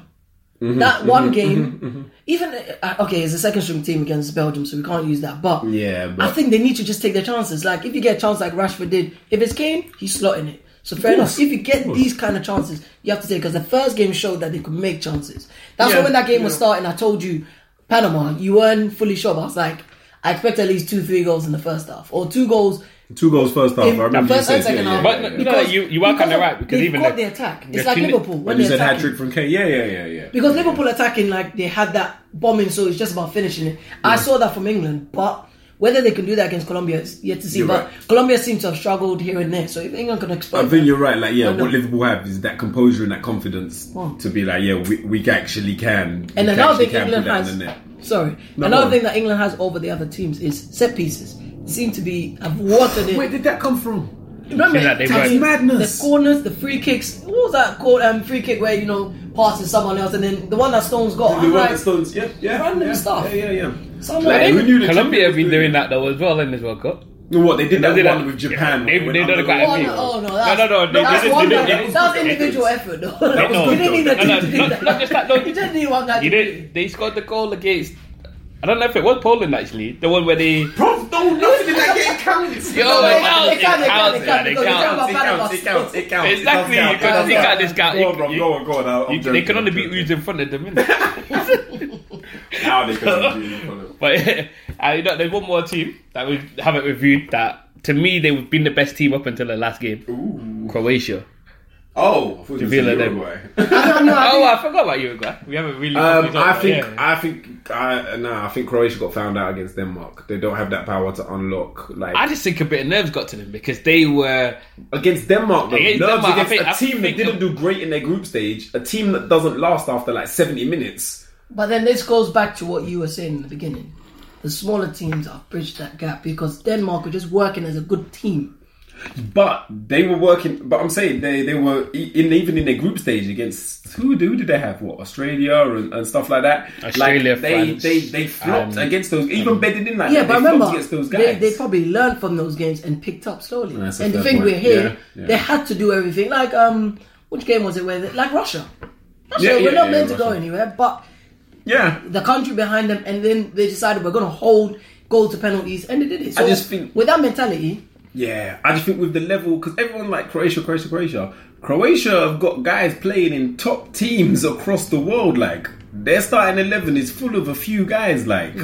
Mm-hmm. that one game, even uh, okay, it's a second string team against Belgium, so we can't use that. But Yeah, but- I think they need to just take their chances. Like if you get a chance like Rashford did, if it's Kane, he's slotting it. So fair enough. If you get these kind of chances, you have to take because the first game showed that they could make chances. That's why when that game was starting, I told you Panama, you weren't fully sure. But I was like, I expect at least two, three goals in the first half or two goals two goals first half. Oh, I in the remember you first and said, yeah, second yeah, half. yeah, But yeah. you know, you- you are kinda of- right, because they've even got the- the attack. the It's like tuni- Liverpool When when you they said hat attack. trick from Kane, yeah, yeah, yeah, yeah. Because Liverpool attacking like they had that bombing, so it's just about finishing it. I saw that from England, but whether they can do that against Colombia is yet to see. You're but right. Colombia seems to have struggled here and there, so if England can exploit, I think that- you're right. Like, yeah, Well, no. what Liverpool have is that composure and that confidence Wow. to be like, yeah, we, we actually can. and we another actually thing can put England that in has, the net. sorry, No, go another on. thing that England has over the other teams is set pieces. They seem to be have watered it. Where did that come from? Remember, Yeah, they Tati, were- madness. The corners, the free kicks. What was that called? Um, free kick where you know passes someone else, and then the one that Stones got. Oh, The I'm Rolling like, Stones, yeah, yeah, Random yeah, stuff. Yeah, yeah, yeah. Someone- Like, They- who knew the Colombia have been Champions doing that though as well in this World Cup. League- What they did They that did one that- with Japan. They- when they done under it quite the- Oh, a no, oh, no, that's, No, no, no, they that's did- one they guy. did- they did- that was individual effort, though. That No, [LAUGHS] you didn't need no, that. no, no, not- not just that, no. You just need one guy. You to do did. They scored the goal against. I don't know if it was Poland actually. The one where they. Bro, no, nothing in that game counts. Yo, No, it they counts, can't, they can't, they can't, counts, they yeah, can't, because it counts, It counts, it you're talking about Panama. counts. Exactly, it you can't- does you count. can't discount- Go on, bro, you- go on, go on. I'm You, they joking, can only I'm beat joking. who's in front of them. innit? [LAUGHS] Now they can only beat you. But [LAUGHS] I you know, there's one more team that we haven't reviewed that to me they've been the best team up until the last game. Croatia. Oh, I thought you Villa said them. Uruguay. oh, I forgot about Uruguay. We haven't really. [LAUGHS] Um, I, talked about- think, yeah. I think, I nah, I think Croatia got found out against Denmark. They don't have that power to unlock. Like I just think a bit of nerves got to them because they were. against Denmark, though, Against nerves Denmark, I against think- I a team that think- didn't do great in their group stage, a team that doesn't last after like seventy minutes. But then this goes back to what you were saying in the beginning. The smaller teams have bridged that gap because Denmark were just working as a good team. But they were working. But I'm saying they they were e- in even in their group stage against who? Who did they have? What Australia and, and stuff like that. Australia, like, they, France, um, they they flopped and- against those. Even bedded in like Yeah, that, but they flopped remember, against those they, guys. they probably learned from those games and picked up slowly. That's a and the fair thing point. we're here, Yeah, yeah. they had to do everything. Like um, which game was it with? Like Russia. Russia, Yeah, we're yeah, not yeah, meant to go Russia. anywhere, but Yeah. the country behind them, and then they decided we're going to hold goal to penalties, and they did it. So I just think- with that mentality, Yeah, I just think with the level, because everyone like Croatia, Croatia, Croatia. Croatia have got guys playing in top teams across the world. Like their starting eleven is full of a few guys. Like,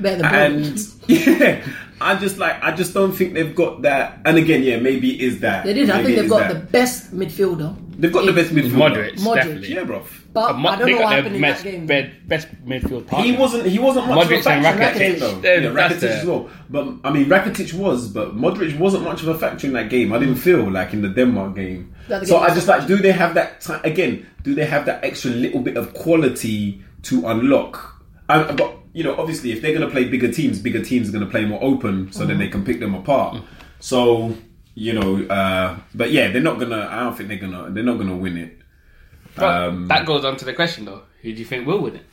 better than and Poland. [LAUGHS] yeah, I just like I just don't think they've got that. And again, yeah, maybe it is that They did. I Maybe it think is they've got the that. best midfielder. they've got the best midfielder. Moderates, Modric. definitely. Yeah, bro. But Mo- I don't they know got what their happened in that best, game. bed- best midfield partner. He wasn't. He wasn't much Modric of a and factor in Rakitic. that game, though. Yeah, Yeah, that's Rakitic it. as well. But I mean, Rakitic was, but Modric wasn't much of a factor in that game. I didn't feel like in the Denmark game. That the so game I was just like, do they have that time again? Do they have that extra little bit of quality to unlock? I, but you know, obviously, if they're going to play bigger teams, bigger teams are going to play more open, so Mm-hmm. then they can pick them apart. So you know, uh, but yeah, they're not gonna. I don't think they're gonna. They're not gonna win it. But Um, that goes on to the question though: Who do you think will [LAUGHS] win it?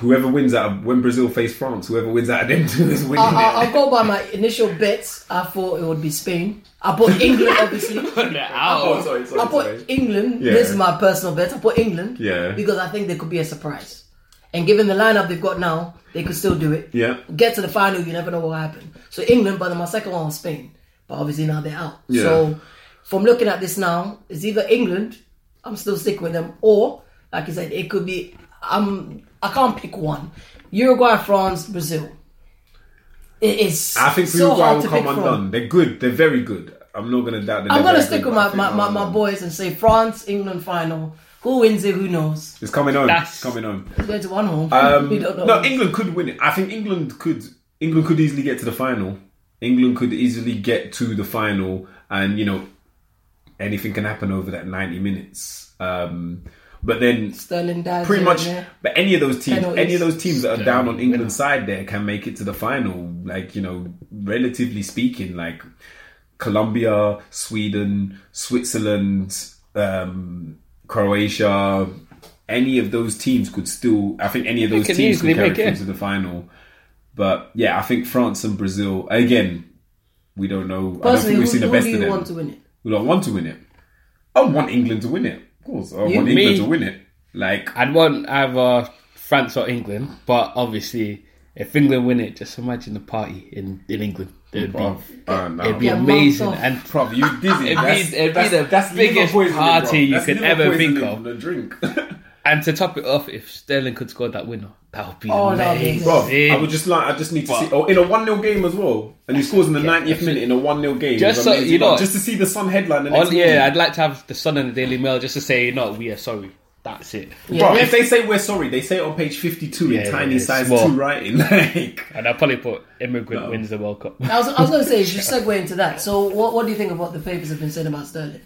Whoever wins out of when Brazil face France, whoever wins out of them [LAUGHS] two is winning I, I, it. I'll go by my initial bets. I thought it would be Spain. I put England, obviously. [LAUGHS] Oh, sorry, sorry, I put sorry. England. Yeah. This is my personal bet. I put England. Yeah. Because I think they could be a surprise. And given the lineup they've got now, they could still do it. Yeah. Get to the final, you never know what will happen. So England, but then my second one was Spain. But obviously now they're out. Yeah. So from looking at this now, it's either England, I'm still sticking with them, or like I said, it could be I'm I can't pick one. Uruguay, France, Brazil. It is I think so Uruguay hard will to come pick from. undone. They're good. They're very good. I'm not gonna doubt that. I'm they're gonna very stick good, with but I my, think my, my, they'll my win. boys and say France, England final. Who wins it? Who knows? It's coming on. That's- coming on. There's one home. [LAUGHS] Um, we don't know. no, England could win it. I think England could. England could easily get to the final. England could easily get to the final, and you know, anything can happen over that 90 minutes. Um, but then Sterling dies. pretty here much and there. but any of those teams Penalties. any of those teams that are down on winner. England's side there can make it to the final like you know relatively speaking like Colombia Sweden Switzerland um, Croatia any of those teams could still I think any of those can teams easily could carry make it. through to the final but yeah I think France and Brazil again we don't know I don't Personally, think who, we've seen the who best of do you them want to win it? we don't want to win it I want England to win it of course I want Me. England to win it like I'd want either France or England, but obviously, if England win it, just imagine the party in, in England. It'd be, Bruv, uh, no. it'd be Yeah, months amazing, off. and Bruv, you It'd dizzy. be- That's- it'd be that's- the that's biggest liver poisoning, party bruv. you That's could liver ever think poisoning of. The [LAUGHS] drink. and to top it off, if Sterling could score that winner, that would be Oh, that'd be amazing. Bruv, I would just like, I just need to see. Oh, in a 1 0 game as well. And he scores in the 90th minute in a 1 0 game. Just It's so- amazing, you know- bruv. Just to see the Sun headline. The next On, yeah, I'd morning. like to have the Sun and the Daily Mail just to say, no, we are sorry. That's it. Bruv, Yeah. if they say we're sorry, they say it on page 52 Yeah, in tiny it's size small. 2 writing. [LAUGHS] Like, And I'd probably put immigrant wins the World Cup. I was, I was going to say, you should segue into that. So, what, what do you think of what the papers have been saying about Sterling?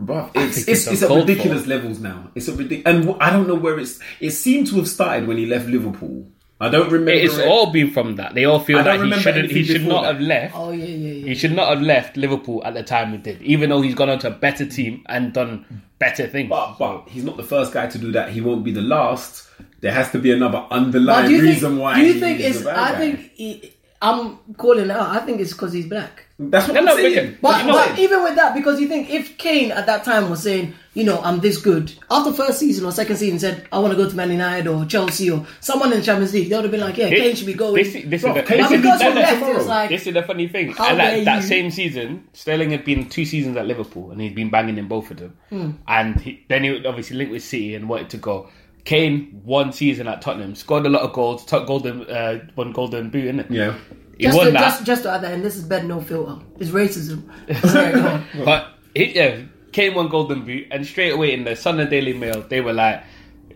Bruv, it's, think it's it's, it's at uncalled for. ridiculous levels now. It's a ridiculous. And wh- I don't know where it's. It seemed to have started when he left Liverpool. I don't remember. It's it. all been from that. They all feel I don't that he remember shouldn't. He anything should not before that. have left. Oh, yeah, yeah, He yeah. should not have left Liverpool at the time he did, even though he's gone on to a better team and done better things. But, but he's not the first guy to do that. He won't be the last. There has to be another underlying do you reason think, why. do he you think is it's. a bad I guy. think. He, I'm calling it out. I think it's because he's black. that's what No, I'm no, but- saying. But, You know but what? even with that, because you think if Kane at that time was saying, you know, I'm this good, after first season or second season said, I want to go to Man United or Chelsea or someone in the Champions League, they would have been like, yeah, Kane should be going. This, this is Bro, the, Kane this but is should be because the, he done left, it tomorrow. was like, this is the funny thing. How And dare that, that you. same season, Sterling had been two seasons at Liverpool and he'd been banging in both of them. Hmm. And he, then he obviously linked with City and wanted to go. Kane, one season at Tottenham, scored a lot of goals, took golden, uh, won golden boot, innit? yeah, He just, won to, that. just, just to add that, and this is bed no filter, it's racism. [LAUGHS] Sorry, go on. But he, yeah, Kane won Golden Boot, and straight away in the Sunday Daily Mail, they were like,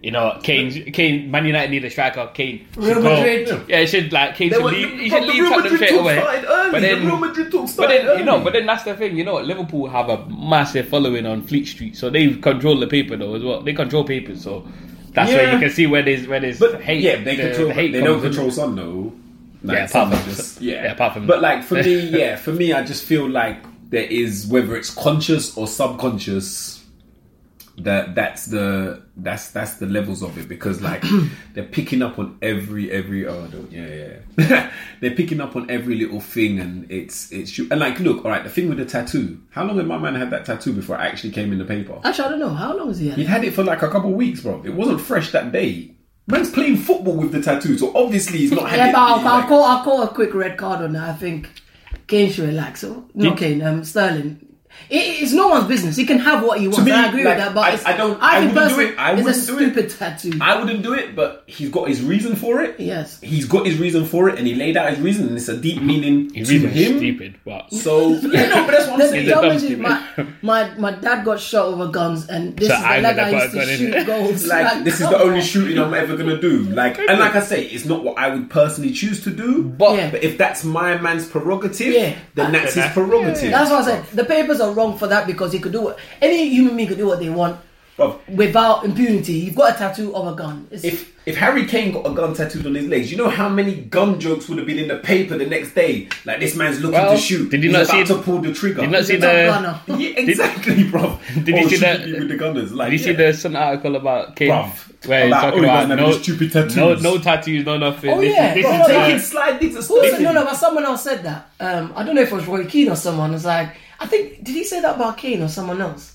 you know, Kane, Kane, Man United need a striker. Kane, should Real go. Madrid. Yeah, he should like Kane They should were- leave. He but should the leave Real Tottenham Madrid straight talk away. started early. The Real Madrid talk but But then you know, early. but then that's the thing. You know, Liverpool have a massive following on Fleet Street, so they control the paper though as well. They control papers, so that's where Yeah. you can see where there's where there's but hate. yeah, they the- control. the hate they don't comes in. control Sun though. Like, Yeah, apart Son from- just- yeah. yeah, apart from- But like for [LAUGHS] me, yeah, for me, I just feel like there is whether it's conscious or subconscious. that that's the that's that's the levels of it because like [CLEARS THROAT] they're picking up on every every oh I don't, yeah yeah, yeah. [LAUGHS] they're picking up on every little thing and it's it's and like look all right the thing with the tattoo how long had my man had that tattoo before it actually came in the paper Actually, I don't know. How long is he at he it? had it for like a couple of weeks bro it wasn't fresh that day man's playing football with the tattoo so obviously he's not had Yeah, it but I'll, in, I'll like- call. I'll call a quick red card on that. I think Kane should relax. So, no, Kane. Um, Sterling. It, it's no one's business. He can have what he wants. me, I agree like, with that, but I- it's, I don't- I wouldn't think do personally, it. I it's a wouldn't do stupid it. tattoo. I wouldn't do it, but he's got his reason for it. Yes. He's got his reason for it, and he laid out his reason, and it's a deep meaning He's to really him. stupid, but So [LAUGHS] yeah, no, but that's what I'm The saying. dumbest dumb is my, my my dad got shot over guns, and this So is the I lad never that used got to a shoot gun in. goals. Like this is come the only on. shooting I'm ever gonna do. Like and like I say, it's not what I would personally choose to do. But, Yeah. but if that's my man's prerogative, Yeah. then that's his prerogative. That's what I said. The papers are wrong for that because he could do what any human being could do what they want Bruv, without impunity. You've got a tattoo of a gun. It's, if if Harry Kane got a gun tattooed on his legs, you know how many gun jokes would have been in the paper the next day? Like this man's looking Well, to shoot. did you He's not about see- to pull the trigger? did you not see it's a the- gunner. [LAUGHS] Yeah, exactly, bro. [LAUGHS] Did you see should that- it be with the gunners? Like, Did you see yeah. the Sun article about Kane Bruv. where About, he's talking oh, he about doesn't have no any stupid tattoos. no no tattoos, no nothing. Oh, this yeah. is, Bro, this is, they uh, Taking slide digs are Who said, stupid. no, no, but someone else said that. Um, I don't know if it was Roy Keane or someone. It's like, I think, did he say that about Kane or someone else?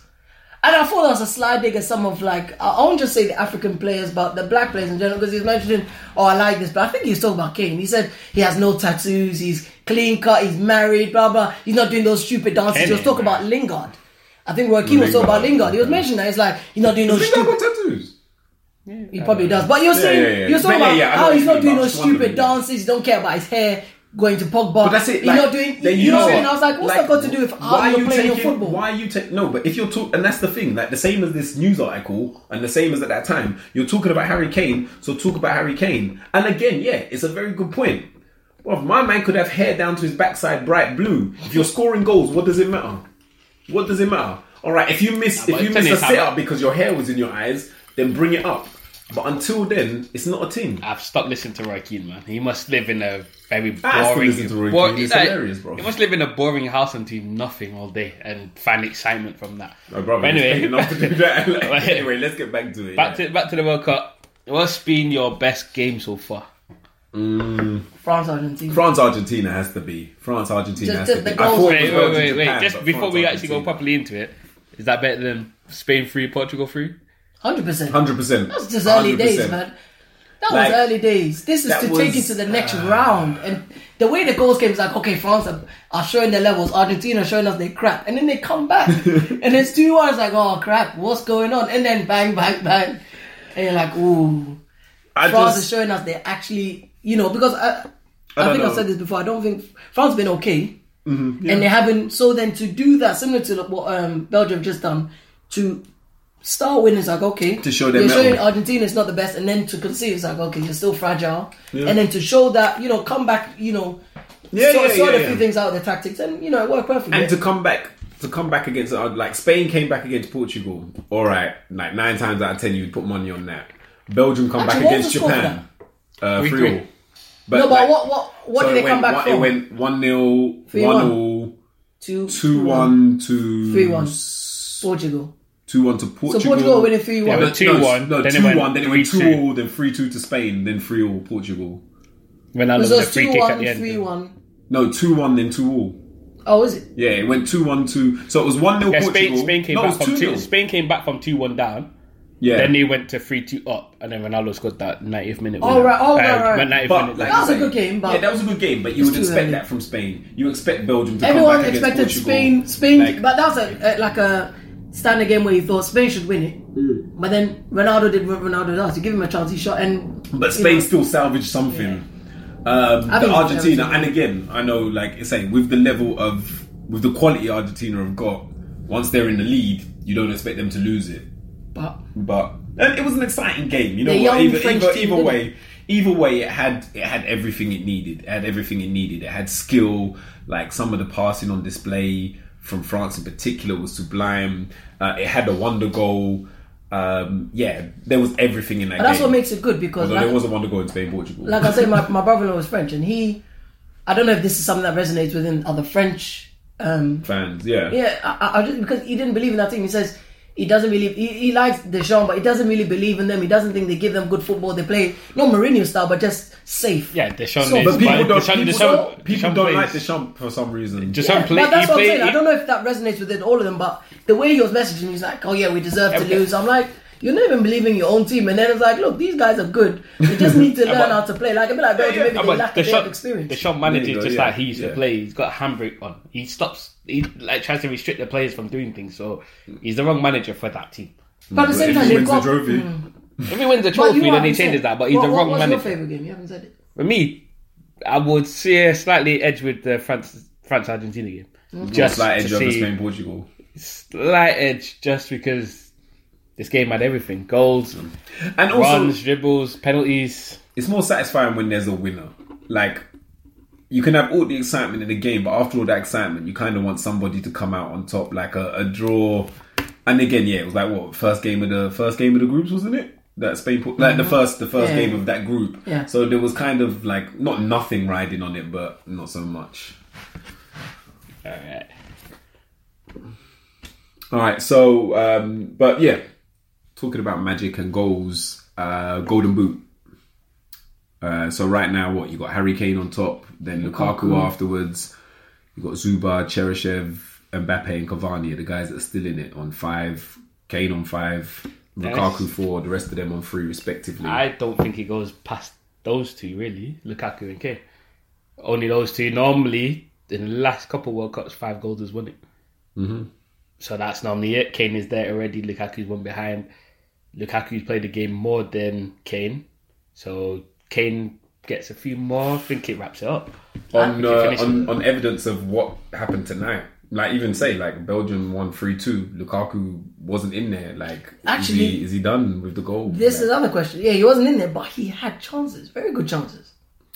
And I thought that was a slide dig at some of like, I I won't just say the African players, but the black players in general, because he's mentioning, oh, I like this, but I think he's talking about Kane. He said he has no tattoos, he's clean cut, he's married, blah, blah. He's not doing those stupid dances. Kane he was ain't talking about Lingard. I think Roy Keane was talking about Lingard. Lingard. He was mentioning that. He's like, he's not doing You those think I've stupid got tattoos? he probably does. But you're saying yeah, yeah. you're talking But yeah, about yeah, I know how what he's you not mean, doing but those just wondering, stupid yeah. dances. Don't care about his hair going to Pogba. But that's it. You're like, not doing. they you know use what I it. mean? I was like, what's that got to do with how why you're you playing your taking- football? Why are you take no? But if you're talking, and that's the thing, like the same as this news article, and the same as at that time, you're talking about Harry Kane, so talk about Harry Kane. And again, yeah, it's a very good point. Well, my man could have hair down to his backside, bright blue. If you're scoring goals, what does it matter? What does it matter? All right, if you miss, Nah, if but you tell miss me a how- setup because your hair was in your eyes, then bring it up. But until then, it's not a thing. I've stopped listening to Roy Keane, man. He must live in a very boring. I still listen to Roy bo- Keane. It's like, hilarious, bro. He must live in a boring house and do nothing all day and find excitement from that. No, Oh, brother, But anyway, anyway, enough to [LAUGHS] do that. Like, Right. anyway, let's get back to it. back yeah. to back to the World Cup. What's been your best game so far? France, Argentina. France Argentina has to be. France Argentina Just has the- to the be. I goals. thought it Wait, was wait, Belgium, wait, wait. Japan, Just but before France, we actually go Argentina. properly into it, is that better than Spain three, Portugal three? Hundred percent. That Hundred percent. was just early days, man. That Like, was early days. This is that to take it was- Ah. to the next round, and the way the goals came is like, okay, France are, are showing their levels, Argentina are showing us they crap, and then they [LAUGHS] come back, and it's two one. It's like, oh crap, what's going on? And then bang, bang, bang, and you're like, ooh. I France is just, showing us they're actually, you know, because I, I, don't think know. Mm-hmm. I've said this before. I don't think France has been okay, and they haven't. So then to do that, similar to what um, Belgium just done, to start winning, it's like okay, To show their they're mettle. showing Argentina is not the best, and then to concede, it's like okay, you're still fragile, and then to show that you know, come back, you know, Yeah, sort, yeah, sort yeah, a yeah. few things out of their tactics, and you know, it worked perfectly. and to come back, to come back against uh, like Spain came back against Portugal. All right, like nine times out of ten, you'd put money on that. Belgium come Actually, back what against was the score for Japan. Uh, We three three. all. But, no, but like, what what what so did it they went come one, back from? It went one 0 Three one one. 0 two two one to three one Portugal. two one to Portugal. So Portugal are winning three one. but- Oh, two one, no, then it two went one, then it went three two two. all, then three two to Spain, then three all Portugal. Ronaldo It was a was free two kick at one, the end. three one. No, two one, then two all. Oh, is it? Yeah, it went two one two. So it was one 0 Yeah, Portugal. Spain, Spain came no, back it was from two. 2-0. Spain came back from two one down. Yeah, Then they went to three two up, and then Ronaldo scored that 90th minute. Oh, winner. right, oh, right, Uh, right. 90th but minute. like That was a I say- good game, but- yeah, that was a good game. But you would too expect early. that from Spain. You expect Belgium to come Everyone back against expected Portugal. Spain, Spain, Like, but that was a, a, like a standard game where you thought Spain should win it. But then Ronaldo did what Ronaldo does. You give him a chance, he shot, and but you Spain know, still salvaged something. Um, the I think Argentina, Argentina- and again, I know, like I say, with the level of, with the quality Argentina have got, once they're in the lead, you don't expect them to lose it. but But and it was an exciting game. You know The what? young Either, French either, team, either didn't way, either way, it had it had everything it needed. It had everything it needed. It had skill. Like some of the passing on display from France in particular was sublime. Uh, it had a wonder goal. Um, yeah, there was everything in that. but that's game. what makes it good because Although like, there was a wonder goal in Spain, Portugal. like I said, my, my brother-in-law was French, and he, I don't know if this is something that resonates within other French. Um, fans, yeah. yeah, I, I- I just, because he didn't believe in that thing. He says He doesn't really. He, he likes Deschamps, but he doesn't really believe in them. He doesn't think they give them good football. They play not Mourinho style, but just safe. Yeah, Deschamps. So- is, But people but don't. Deschamps, People, Deschamps, don't, people Deschamps don't plays- like Deschamps for some reason. Deschamps play. Now, he that's what I'm play, saying. I don't know if that resonates within all of them, but the way he was messaging me, he's like, "Oh yeah, we deserve to Okay. lose." I'm like, "You're not even believing your own team." And then it's like, "Look, these guys are good. They just [LAUGHS] need to learn but- how to play." Like a bit like Belgium, maybe Yeah, they but lack a bit of Deschamps, experience. Deschamps There you manages go, just yeah, like he used yeah. to play. He's got a handbrake on. He stops. He like tries to restrict the players from doing things. So he's the wrong manager for that team. but at the same If time, he they've wins the got. trophy, If he wins a But you trophy, then he haven't changes said- that. But he's what, the what wrong was manager. your favorite game? You haven't said it. For me, I would say a slightly edge with the France France Argentina game. Mm. Just slight edge to over see- Spain, Portugal. slight edge, just because this game had everything: goals, And also, runs, dribbles, penalties. it's more satisfying when there's a winner. Like you can have all the excitement in the game, but after all that excitement, you kind of want somebody to come out on top, like a, a draw. And again, yeah, it was like what first game of the first game of the groups, wasn't it? That Spain, put, like the first the first Mm-hmm. Yeah. game of that group. Yeah. So there was kind of like not nothing riding on it, but not so much. All right. All right, so um, but yeah, talking about magic and goals, uh, Golden Boot. Uh, so right now, what you got? Harry Kane on top, then Lukaku, afterwards. You got Zuba, Cheryshev, Mbappe, and Cavani. The guys that are still in it on five. Kane on five. Lukaku four. The rest of them on three, respectively. I don't think it goes past those two really, Lukaku and Kane. Only those two. Normally, in the last couple World Cups, five goals has won it. Mm-hmm. So that's normally it. Kane is there already. Lukaku's one behind. Lukaku's played the game more than Kane, so Kane gets a few more. I think it wraps it up. on, If you uh, finish on it. on evidence of what happened tonight. Like even say like Belgium won three two. Lukaku wasn't in there. Like Actually- is he, is he done with the goal? This Like, is another question. Yeah, he wasn't in there, but he had chances, very good chances.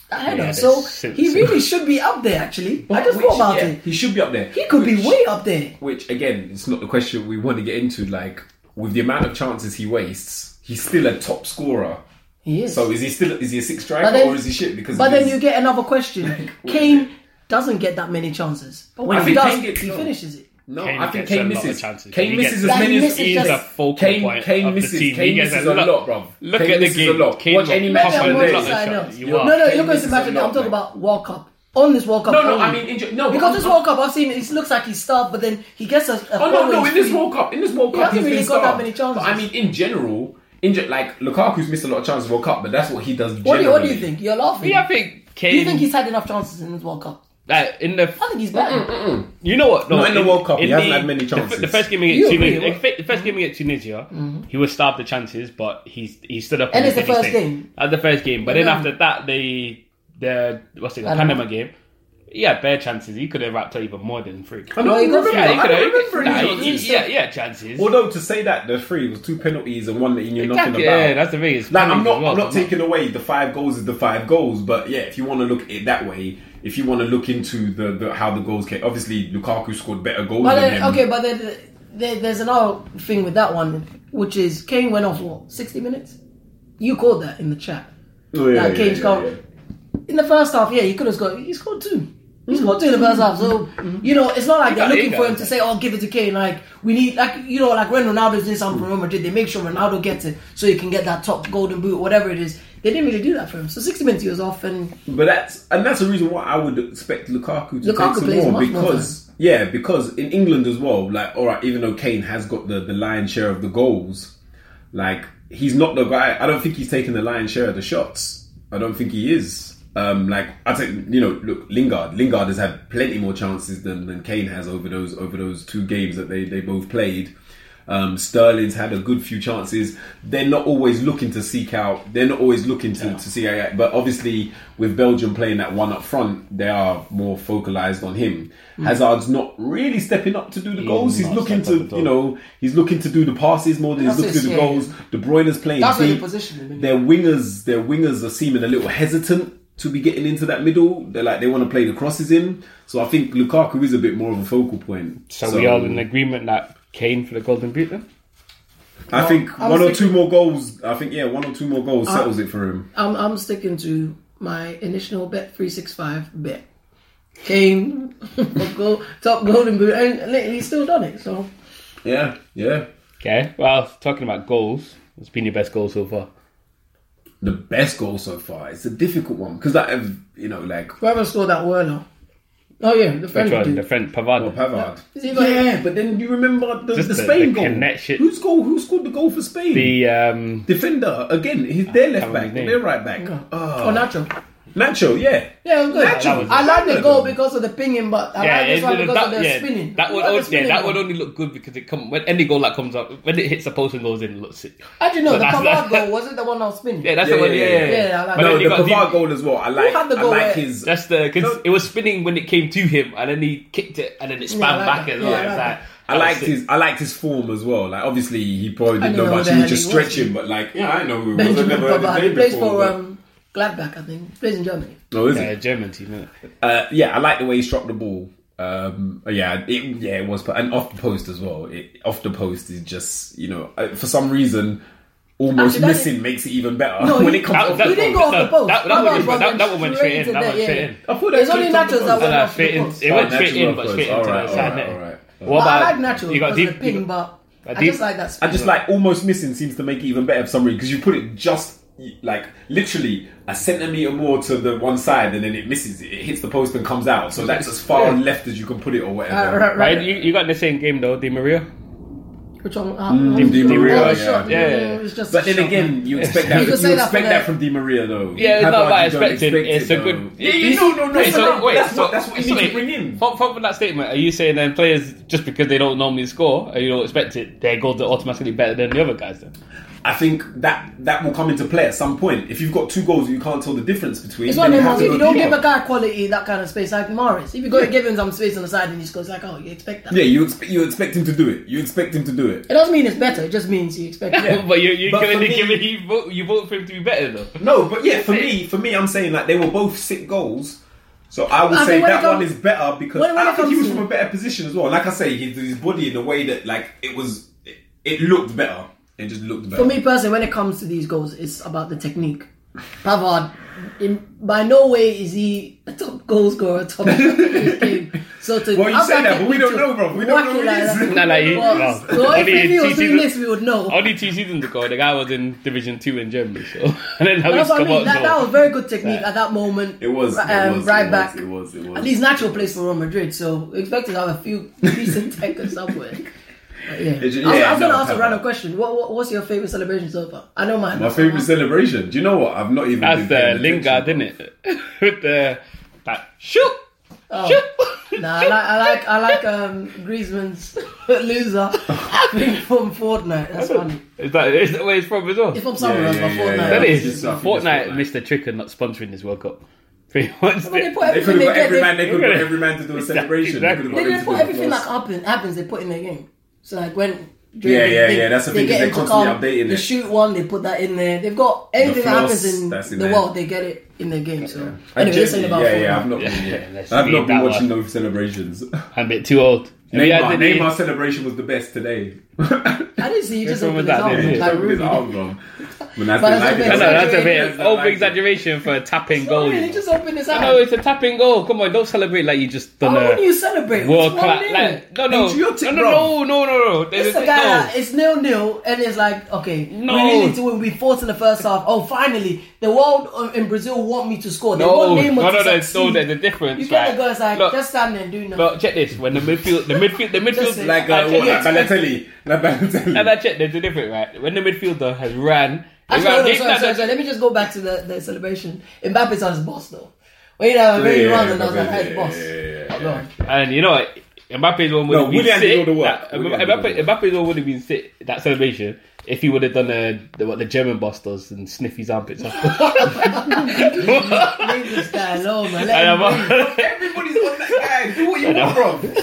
That header. Yeah, so that's- he really should be up there. Actually, I just Which, thought about yeah, it. He should be up there. He could be Which- way up there. Which again, it's not the question we want to get into. Like with the amount of chances he wastes, he's still a top scorer. He is. So is he still is he a six striker But then- or is he shit? Because But of then his- you get another [LAUGHS] question. Kane doesn't get that many chances, but when I he think does, Kane gets he no. finishes it. no, Kane I think gets Kane a lot of misses. chances. Kane He misses gets- as Like, many he as misses He is a just- focal Kane, point Kane of misses. the team. Kane he gets misses a lot, bruv. Look Kane at the misses game. a lot. Kane Watch will any pop match on on I'm the on Monday. block. side now. shot. You No, are. no, Kane you're going to misses imagine. a lot, I'm talking mate. about World Cup. On this World Cup, No, no, only. I mean, in ge- no, because I'm- this World Cup, I've seen it looks like he's starved, but then he gets a. a Oh no, foul no! and In this free. World Cup, in this World He Cup, hasn't he's really been got that starved. many chances. But I mean, in general, in ge- like Lukaku's missed a lot of chances in World Cup, but that's what he does. Generally. What do, you, what do you think? You're laughing. Yeah, I think Kane. do you think he's had enough chances in this World Cup? like, in the I think he's better. You know what? No, Not in the World Cup, he hasn't had many the- chances. The, first game against You agree, Tunisia, what? the first game against Tunisia, he was starved the chances, but he he stood up. And it's the did his first thing. game. That's the first game, but then Yeah. after that, the the what's it? The Panama. Panama game. He had bare chances. He could have wrapped up even more than three. I No, don't he got remember. some- Yeah, he I could don't have. remember Nah, any he- he- chances. yeah, yeah, chances. Although to say that the three was two penalties and one that you knew Exactly, nothing about. yeah, that's the thing. it's like I'm penalties not, as well, I'm not so taking away the five goals is the five goals, but yeah, if you want to look at it that way, if you want to look into the, the how the goals came, obviously Lukaku scored better goals But than then, him. okay, but then, there, there's another thing with that one, which is Kane went off what sixty minutes. You called that in the chat. Oh, yeah, Like, yeah, Kane's yeah, goal. yeah. In the first half, yeah, he could have scored. He scored two. He scored two in the first half. So you know, it's not like they're got it, looking you for got him it. to say, "Oh, give it to Kane." Like we need, like you know, like when Ronaldo's doing something for Real Madrid, they make sure Ronaldo gets it so he can get that top golden boot, whatever it is. They didn't really do that for him. So sixty minutes he was off, and But that's and that's the reason why I would expect Lukaku to take Lukaku some plays more much more because yeah, because in England as well, like all right, even though Kane has got the the lion's share of the goals, like he's not the guy. I don't think he's taking the lion's share of the shots. I don't think he is. Um, like I say, you know, look, Lingard. Lingard has had plenty more chances than, than Kane has over those over those two games that they, they both played. Um, Sterling's had a good few chances. They're not always looking to seek out. They're not always looking to, to see. out- But obviously, with Belgium playing that one up front, they are more focalized on him. Hazard's not really stepping up to do the goals. He's Mm. not looking stepped to, up at all. you know, he's looking to do the passes more than he's looking to Passes, do the yeah, goals. De Bruyne is playing. That's where they deep. position him, isn't Their wingers, their wingers are seeming a little hesitant to be getting into that middle. They're like they want to play the crosses in. So I think Lukaku is a bit more of a focal point. So we all in agreement that Kane for the Golden Boot then? I think I one was or thinking- Uh, two more goals. I think yeah, one or two more goals settles it for him. I'm I'm sticking to my initial bet three six five bet. [LAUGHS] Kane, for goal, top golden boot, and he's still done it. So Yeah, yeah. Okay. Well, talking about goals, what's been your best goal so far? The best goal so far. It's a difficult one because that you know like Whoever scored that Werner. Oh yeah, the French Which one? dude. The French Pavard. well, Pavard. Is he Yeah, like- but then you remember the, Just the the- Spain the goal. connection. Who's goal? Who scored the goal for Spain? the um, defender again. He's their left remember back, Ah, his name. their right back. Oh, Oh, Nacho. Nacho, yeah. Yeah, it was good. Nacho. That was- I like the goal because of the pinging, but I yeah, like this it- one because that, of the yeah, spinning. that I would like the only, yeah, spinning that would one. only look good because it come when any goal that comes up when it hits the post and goes in, it looks sick. Actually, no, the That's- Pavard that's- goal was it the one I was spinning? Yeah, that's Yeah, the one. yeah, Yeah, yeah, yeah. yeah. Yeah, I like But that. then No, you the got Pavard the- goal as well. I like. had the I goal like where- his. That's the because No. it was spinning when it came to him, and then he kicked it, and then it spun Yeah, I like back that. as well. Yeah, I It's like like, that. that I was liked sick. his. I liked his form as well. Like obviously he probably I didn't know know much. who He was the just hell he was. stretching, but like yeah, I know who he was. I've Benjamin never heard his Pavard. He name plays before, for but- um, Gladbach, I think. He plays in Germany. Oh, is Yeah, it? German team. Isn't it? Uh, yeah, I like the way he struck the ball. Um, yeah, it, yeah, it was, and off the post as well. It, off the post is just you know uh, for some reason almost Actually, that missing is- makes it even better No, [LAUGHS] when he- it comes that- off that- the he didn't post. go off the No, post. that- that one Pavard went- that- that one went straight in, that one there, straight yeah. in. I thought that There's only clipped off the Nachos post. that went And I off fit the in, post. it Oh, went straight natural in, but approach. straight into Alright, the side alright, net. alright. What But about I like Nacho You got because deep. of the ping, you got- but a I deep- just like that I spin. just like almost missing seems to make it even better for some reason because you put it just like literally a centimeter more to the one side and then it misses it, it hits the post and comes out. So that's as far Yeah. left as you can put it or Uh, whatever. right, right. Right, you, you got in the same game though, Di Maria. Which one? Ah, Di oh, the Maria, yeah. shot. Yeah, yeah. It was just But a then shot, again, man. you expect that. You You, could say that expect for that the- from Di Maria, though. Yeah, it's How not about what I you don't expected. expect It's it, a though? good. Yeah, yeah, no, no, no. Wait, no, so, wait, that's so, what that's what you need sorry, to bring in. From, from that statement, are you saying then players just because they don't normally score, and you don't expect it, their goals are automatically better than the other guys? Then I think that that will come into play at some point. If you've got two goals, you can't tell the difference between. It's one then you have of them ones. to If go you don't deeper. give a guy quality that kind of space, like Morris, if you go and give him some space on the side and he scores, like, oh, you expect that. Yeah, you expect you expect him to do it. You expect him to do it. It doesn't mean it's better. It just means you expect [LAUGHS] it. but you you But giving, for me- giving you vote you vote for him to be better though. No, but yeah, for me, for me, I'm saying like they were both sick goals. So I would I say think when that it comes- one is better because when- when I it think he comes was to- from a better position as well. Like I say, his, his body in a way that like it was, it, it looked better. It just looked better. For me personally, when it comes to these goals, it's about the technique. Pavard, in, by no way is he a top goal [LAUGHS] scorer, top shot in this game. So to Well, you have say that, but we technique don't to know, bro. We don't whack know it who he is. that. Nah, nah, he- Well, well, well, if only if he in was doing seasons- this, we would know. Only two seasons ago, the guy was in Division Two in Germany. So [LAUGHS] and then now But he's that's what I come mean. out. That, that was so- very good technique at that moment. It was, Um, it was, right it was, back. it was, it was. At least natural place for Real Madrid, so we expected to have a [LAUGHS] few decent [LAUGHS] tackles somewhere. But yeah. It ju- I was, yeah, I was no, gonna ask a Pavard. random question. What, what what's your favorite celebration so far? I know mine. My favorite celebration. Do you know what? I've not even. That's the been paying Lingard, attention. isn't it? [LAUGHS] With the that shoot, Oh. shoot. [LAUGHS] Nah, I like I like I like um Griezmann's [LAUGHS] [LAUGHS] loser from Fortnite. That's funny. Is that is that where it's from as well? It's from somewhere Yeah, else, yeah, but yeah, Fortnite. yeah. That Yeah, is Um, just- I think Fortnite, just missed the trick and not sponsoring this World Cup. [LAUGHS] Pretty much. But they put They everything could they, have got get, every they- man. They could have got Really? every man to do a Exactly, celebration. exactly. could They have didn't put got him to do everything the that first. happen, happens. They put in their game. So like when Yeah, yeah, yeah, that's the thing, get they're into constantly come, updating They it. shoot one, they put that in there. They've got anything that floss, happens in, that's in the there. world, they get it in their game. So And anyway, listen Germany, about yeah, Fortnite. yeah, I've not been, Yeah, yeah. let's I've leave not been that watching one. no celebrations. I'm a bit too old. Have you Neymar, had any- Neymar's celebration was the best today. I didn't see you just Which one was opened his that, arm. then? Like, Yeah, Like, really. with arm wrong. When I said like But that's it, the No, best I no, that's a said bit like it. over exaggeration for a tapping goal. Sorry, you he know. just opened his arm. No, it's a tapping goal. Come on, don't celebrate like you just done Why a wouldn't Oh, you celebrate? world It's one class. nil. Like, no, no, Patriotic, no, bro. no, no, no, no, no. There's It's the a- guy no. that it's nil nil and it's like okay No. we really need to win we fought in the first half oh finally the world uh, in Brazil want me to score they No, want no, no, Neymar to no, there's, succeed no, there's a difference. you get right? the guys like look, just stand there and do nothing look, check this. When the midfield, the midfield, the Just midfield, say- Like, I uh, check what, like this. Balotelli. Like and I Balotelli. checked, there's a difference, right? When the midfielder has ran, they ran Actually, hold on, deep sorry, down sorry, the- sorry. Let me just go back to the, the celebration. Mbappe's on his boss though. When you have a very Yeah, round and I was like, Mbappe, hey, boss. yeah, yeah, Oh, God. And you know what? Mbappe's one would No, have been Willian did sick. all the work. That, Willian did all the Mbappe, work. Mbappe's one would have been sick that celebration if he would have done uh the, what the German boss does and sniff his armpits. [LAUGHS] off. Leave this guy alone, man. And Let him I'm- [LAUGHS] breathe. Everybody's on that guy. Do what you want, bro.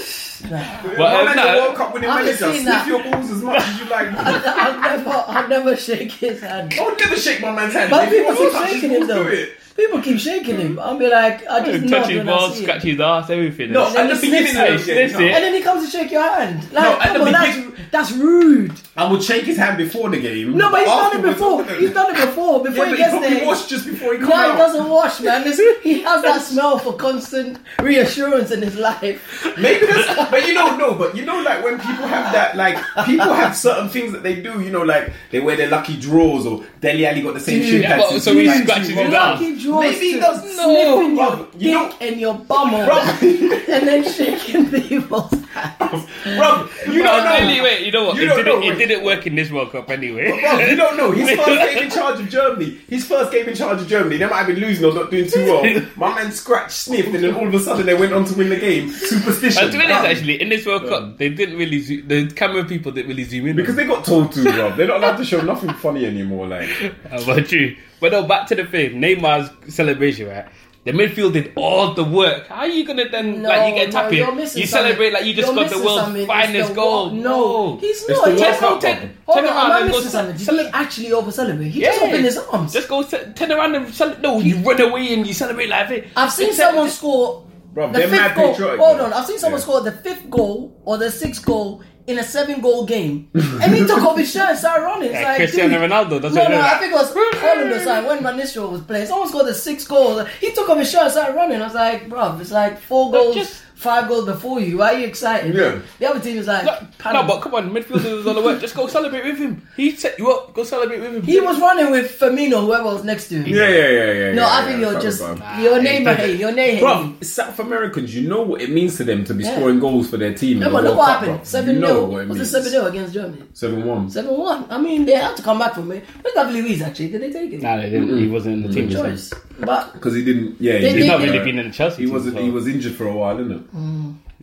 But, uh, My man's a no, World Cup winning I haven't manager. seen that. Sniff your balls as much as you like. I've never, I've never shaken his hand. I would never shake my man's hand. But If he people wants to keep touch his shaking balls, him though. do it. People keep shaking him. I'll be like, I just nod Touch his when balls, I see scratch it. his ass, everything. No, It's- then at the he beginning sniffs of it, the game, sniffs no. it. And then he comes to shake your hand. No, Like, at come the on, begin- that's, that's rude. I would shake his hand before the game. No, but he's done it Afterwards- before. He's done it before. Before Yeah, but he he gets probably there. washed just before he No, come he out. doesn't wash, man. [LAUGHS] This- he has that smell for constant reassurance in his life. Maybe that's, but you don't know. But you know, like when people have that, like people have certain things that they do. You know, like they wear their lucky drawers or Deli Ali got the same shoe Yeah, pattern. but- so he Like, scratches shoe- his ass. Lucky draws Maybe he to does- sniffing No, your bruv, you dick and your bum off, Bruv. [LAUGHS] and then shaking people's hands. Bruv, you But don't know. really, wait, you know what? You it, don't didn't, know, it wait. didn't work in this World Cup anyway. Bruv, you don't [LAUGHS] know. His first game in charge of Germany. His first game in charge of Germany. They might have been losing or not doing too well. My man scratched, sniffed, and then all of a sudden they went on to win the game. Superstition. And to be honest, bruv. actually, in this World Cup, they didn't really zo- the camera people didn't really zoom in Because they got told to, bro. They're not allowed to show nothing funny anymore. Like, Uh, but true. But no, back to the thing. Neymar's celebration, right? The midfield did all the work. How are you gonna then No, like you get no, tapping? you're missing you celebrate something. like you just You're got the missing world's something. It's finest the goal. Wo- no, he's It's not. the He World just Cup, opened- man. Hold Turn on, around am I and go missing to- something? Did cele- he actually over celebrate? He just opened his arms. Just go se- turn around and celebrate. No, you run away and you celebrate like it. I've seen Just- [LAUGHS] someone score Bruv, the they're fifth mad goal. patriotic, Hold though. on, I've seen someone Yeah. score the fifth goal or the sixth goal in a seven-goal game, and [LAUGHS] he took off his shirt and started running. It's Yeah, like, Cristiano dude, Ronaldo, that's no, what it no, is. I think it was Holland or something when Manisho was playing. Someone scored the sixth goal. He took off his shirt and started running. I was like, bruv, it's like four But goals, just- five goals before you. Why are you excited? Yeah. The other team is like, No, no, panic. but come on, midfielder does all the work. Just go celebrate with him. He set you up. Go celebrate with him. he was running with Firmino, whoever was next to him. yeah, yeah, yeah, yeah. No, yeah, I think yeah, sorry, you're just bruv. your he name, did hey, your name, Bro, South Americans, you know what it means to them to be scoring goals for their team. Remember, in the look World Cup, what happened. bruv. 7 You 0. know what it Was it means. 7 0 against Germany? 7 1. 7 1. I mean, they had to come back from it. Look at Louise, actually. Did they take it? Nah, they didn't. He wasn't in the team. so- Mm. Choice. But Because he didn't, yeah, he didn't. They- they- He's not Yeah. really been in the Chelsea. He team, was, so- he was injured for a while, isn't it?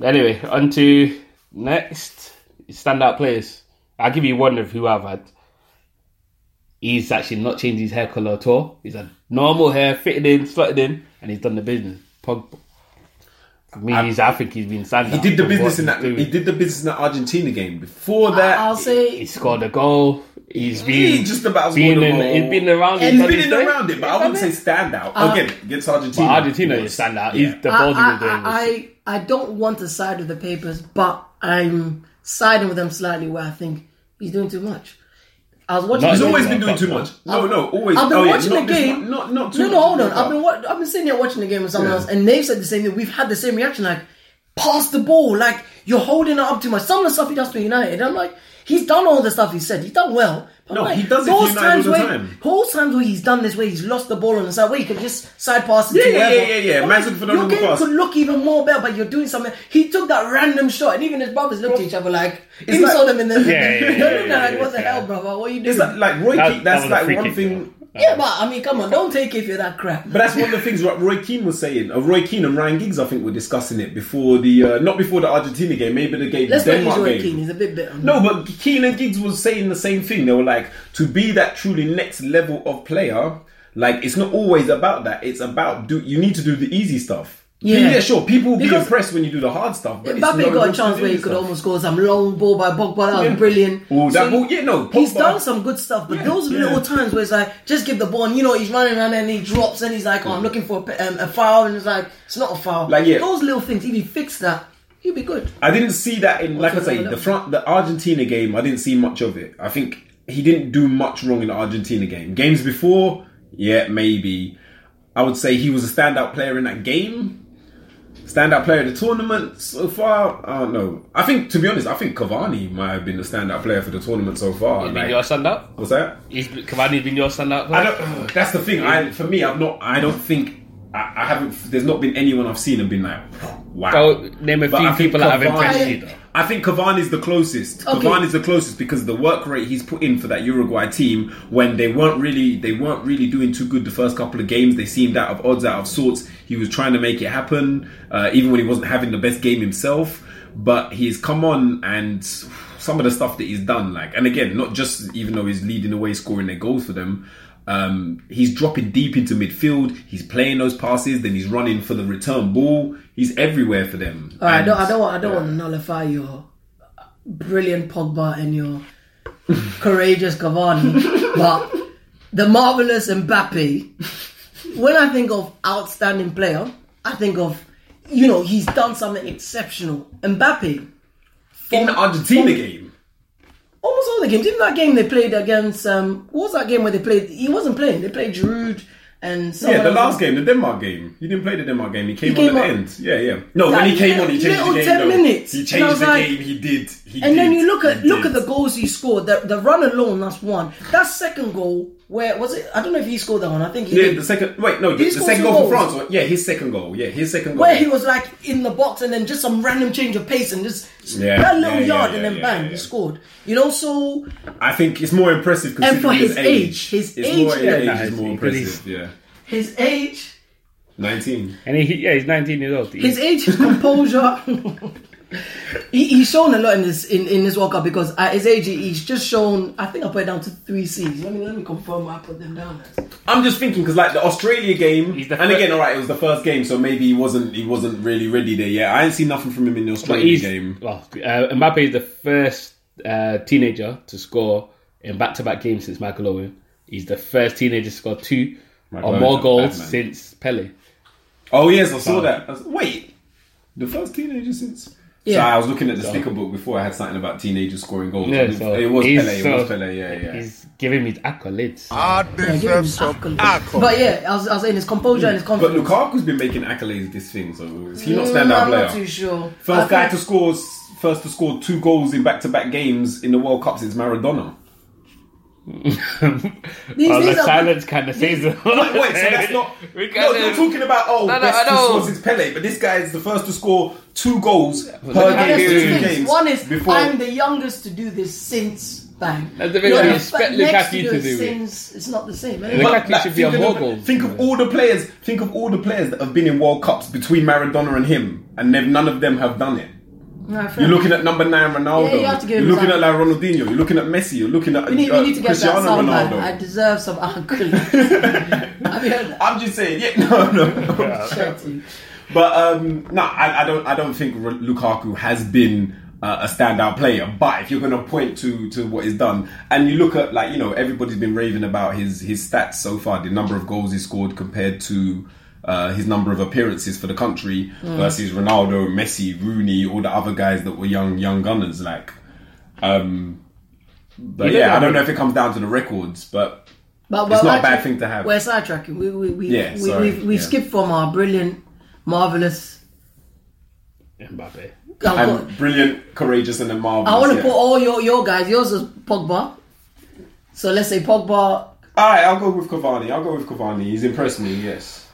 Anyway, on to next standout players. I'll give you one of who I've had. He's actually not changed his hair colour at all. He's had normal hair, fitted in, slotted in, and he's done the business. Pogba. I mean, he's, I think he's been standout. He did the for what business he's in that. doing. He did the business in that Argentina game. Before Uh, that, I'll He say scored a goal. He's been he just about been scored a in, goal. he's been around. And he's done been his in thing. around it, but I wouldn't say standout. Uh, Again, against Argentina, Argentina he is was- standout. Yeah. He's the I, ball he was doing. was- I, I, I don't want to side with the papers, but I'm siding with them slightly where I think he's doing too much. I was watching. Not He's the as game. always Yeah. been doing too much. No, no, always. I've been oh, yeah, watching not the this game. one- Not, not too No, no, hold on. much. I've been wa- I've been sitting here watching the game with someone Yeah. else, and they've said the same thing. We've had the same reaction. Like, pass the ball. Like you're holding it up too much. Some of the stuff he does for United, I'm like, he's done all the stuff he said. He's done well. But No, like, he does it for United all the where, time. those times where he's done this, where he's lost the ball on the side, where he could just side pass it Yeah, to yeah, whoever. yeah, yeah, yeah. I'm Man's like, looking for the Your number game pass. could look even more better, but you're doing something. He took that random shot, and even his brothers looked at each other like, It's "You like- saw [LAUGHS] them in the." [LAUGHS] yeah, yeah, They're looking yeah, at like, yeah, "What the yeah. hell, brother? What are you doing?" It's like, like Roy That- that Keane. That's was a free like one kick, thing. yeah, but I mean, come on, don't take it if you're that crap. But that's one of the things what Roy Keane was saying. Uh, Roy Keane and Ryan Giggs, I think, were discussing it before the uh, not before the Argentina game, maybe the game Let's not use Denmark Roy game. Keane. He's a bit bitter. No, but Keane and Giggs was saying the same thing. They were like, to be that truly next level of player, like it's not always about that. It's about do you need to do the easy stuff. Yeah. yeah, sure. People will be Because- impressed when you do the hard stuff. But it's not Mbappe got a enough to chance do where he the could stuff. almost score some long ball by Pogba. That was brilliant. Oh, that So ball- yeah, no, He's Pogba- done some good stuff, but Yeah, those yeah. little times where it's like, just give the ball, and you know, he's running around and he drops and he's like, oh, I'm looking for a, pe- um, a foul, and it's like, it's not a foul. Like, yeah. Those little things, if he fixed that, he'd be good. I didn't see that in, like I What's say, the another one? front, the Argentina game. I didn't see much of it. I think he didn't do much wrong in the Argentina game. Games before, yeah, maybe. I would say he was a standout player in that game. Standout player of the tournament so far. I don't know. I think, to be honest, I think Cavani might have been the standout player for the tournament so far. He's been Like, your standout. what's that? He's Cavani's been your standout. I player? don't. [SIGHS] That's the thing. I for me, I'm not. I don't think. I, I haven't. There's not been anyone I've seen and been like, wow. Go Oh, name a But few I think people that have Cavani- impressed you. Though. I think Cavani's the closest. Okay. Cavani's the closest because the work rate he's put in for that Uruguay team when they weren't really they weren't really doing too good the first couple of games. They seemed out of odds, out of sorts. He was trying to make it happen, uh, even when he wasn't having the best game himself. But he's come on and some of the stuff that he's done, like and again, not just even though he's leading the way, scoring their goals for them. Um, he's dropping deep into midfield. He's playing those passes. Then he's running for the return ball. He's everywhere for them. All right, I And- don't, I don't, want, I don't want to nullify your brilliant Pogba and your [LAUGHS] [LAUGHS] courageous Cavani, but the marvelous Mbappe when I think of outstanding player, I think of you know he's done something exceptional. Mbappe, In the Argentina game, almost all the games. Even that game they played against, um, what was that game where they played? He wasn't playing. They played Giroud and someone yeah, the else. last game, the Denmark game. He didn't play the Denmark game. He came on He came at the on- end. Yeah, yeah. No, Like, when he came on, he changed little the game. 10 though. minutes. He And I was changed the like- game. He did. He And then did. you look at He look at did. the goals he scored. The the run alone, that's one. That second goal, where was it? I don't know if he scored that one. I think he Yeah, did. the second. Wait, no, the, He the scored second two goal for goals. France. Yeah, his second goal. Yeah, his second goal. where he was like in the box and then just some random change of pace and just Yeah, that little yeah, yeah, yard yeah, and then yeah, bang, yeah. he scored. You know, so I think it's more impressive considering for his his age. age, his it's more, age, yeah, yeah. age is more Because he's- impressive. Yeah, his age, nineteen. And he, yeah, he's 19 years old. his age, [LAUGHS] his composure. he, he's shown a lot in this in, in this World Cup because at his age, he- he's just shown. I think I put it down to three C's. Let me let me confirm. I put them down. As. I'm just thinking because like the Australia game, He's the and fir- again, all right, it was the first game, so maybe he wasn't he wasn't really ready there yet. I ain't seen nothing from him in the But Australia he's, game. well, uh, Mbappe is the first uh, teenager to score in back-to-back games since Michael Owen. He's the first teenager to score two Michael or Owen's more a goals madman. since Pele. Oh yes, I saw that. I was- wait, the first teenager since. Yeah. Yeah. So I was looking at the sticker book before. I had something about teenagers scoring goals. Yeah, so it was he's- Pele. It so was Pele. Yeah, Ah. yeah. He's giving me accolades. Yeah, give him accolades. But yeah, I was, I was saying his composure and his But confidence. Lukaku's been making accolades this thing, so is he not Mm, standout I'm player? not too sure. I First think- guy to score, first to score two goals in back-to-back games in the World Cup since Maradona. These- [LAUGHS] well, these the are- silence kind of says it. Wait, wait, so that's not. [LAUGHS] We can't No, you're do- talking about oh, No, no, best I to know. score since Pele, but this guy is the first to score two goals per look at And game there's in this two two thing. things. games. One is before I'm the youngest to do this since bang. That's the thing, You're you the expect fa- next Lukaku to do to it do it. since it's not the same. Lukaku Anyway. should be think on of more the- goals. Think of all the players. Think of all the players that have been in World Cups between Maradona and him, and they've, none of them have done it. Nah, You're fair enough. looking at number nine Ronaldo. Yeah, you have to give are him looking that. at like Ronaldinho. You're looking at Messi. You're looking at we need, uh, we need to get Cristiano that sound Ronaldo. man. I deserve [LAUGHS] some accolades. Have you heard that? I'm just saying, yeah, [LAUGHS] no, no. Shout to you. But um, no, I, I don't. I don't think R- Lukaku has been uh, a standout player. But if you're going to point to to what he's done, and you look at like you know everybody's been raving about his his stats so far, the number of goals he scored compared to. Uh, his number of appearances for the country versus Ronaldo, Messi, Rooney, all the other guys that were young young gunners. Like, um, but Yeah, yeah, I I don't mean- know if it comes down to the records, but But, It's but not a bad actually, thing to have. We're sidetracking. We we we Yeah, we sorry, we've, we've yeah. skipped from our brilliant, marvelous. Mbappe. I'm brilliant, courageous, and a marvelous. I want to yeah. put all your your guys. Yours is Pogba. So let's say Pogba. All right, I'll go with Cavani. I'll go with Cavani. He's impressed me. Yes.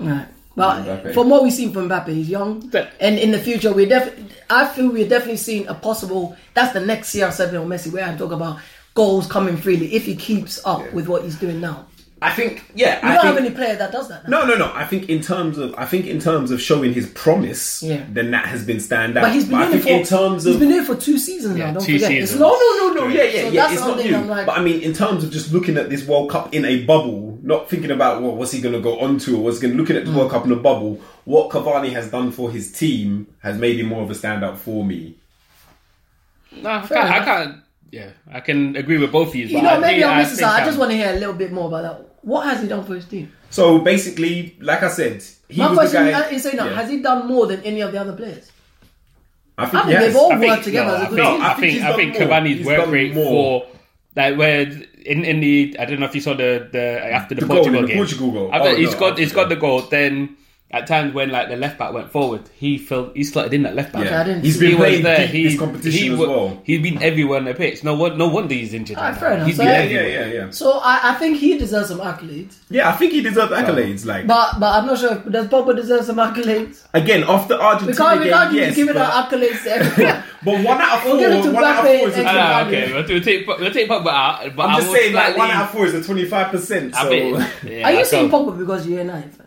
Right. But Mbappe. from what we've seen from Mbappe, he's young, That- and in the future, we def- I feel we're definitely seeing a possible. That's the next CR7 or Messi, where I talk about goals coming freely if he keeps up with what he's doing now. I think. Yeah. We I don't think, have any player that does that. Now. No, no, no. I think in terms of, I think in terms of showing his promise, Yeah. then that has been standout. but he's been I doing it think for in terms he's of. been doing it for two seasons Yeah, now. Don't two forget, seasons. it's not no, no, no. Yeah, yeah, So yeah. that's It's the not only new. thing I'm like- but I mean, in terms of just looking at this World Cup in a bubble, not thinking about well, what's he going to go on to, or what's going to looking at Mm. the World Cup in a bubble. What Cavani has done for his team has made him more of a standout for me. No, I can't, I enough. can't. Yeah, I can agree with both of you. You but know, I maybe think- I'm missing think something. I just I'm- want to hear a little bit more about that. What has he done for his team? So basically, like I said, he My was the question uh, guy. is, saying now, Yeah. has he done more than any of the other players? I think I he think has. they've all I worked think, together no, as a I good think, team. I think, he's I done think more. Cavani's He's work done rate more. for like where in, in the I don't know if you saw the the after the, The goal, Portugal the game. Portugal goal. After Oh, he's no, got he's okay. got the goal. Then at times when like the left back went forward, he filled he slotted in that left back. Okay, I didn't he's been see- He was playing there. deep He, this competition he as wa- well. He's been everywhere on the pitch. No one, no wonder he's injured. Ah, right fair now. enough. He's So, been yeah, Yeah, everywhere. yeah, yeah. So I, I think he deserves some accolades. Yeah, I think he deserves accolades. Like But but I'm not sure if does Pogba deserve some accolades. again, off the Argentina We can't we game, can't yes, be giving but, out accolades to everyone. [LAUGHS] but one out of We'll four, give it to one out Mbappe of four is a, and- I'm Ah, okay, we'll, we'll take we'll take Pogba out. But I just will saying, like one slightly- out of four is a twenty-five percent. I So [LAUGHS] [LAUGHS] bet- yeah, Are you I saying felt- Pogba because you're a United fan?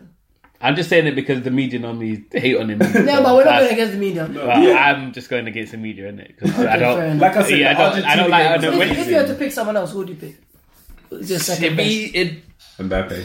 I'm just saying it because the media normally hate on him. [LAUGHS] No, but we're not That's- going against the media. But Yeah. I'm just going against the media, isn't it? Because I Okay, fair don't. enough. like I said, Yeah, I the don't- I don't Argentina like game the was If, if you had to amazing. pick someone else, who would you pick? It's your It second best. be, it, Mbappe.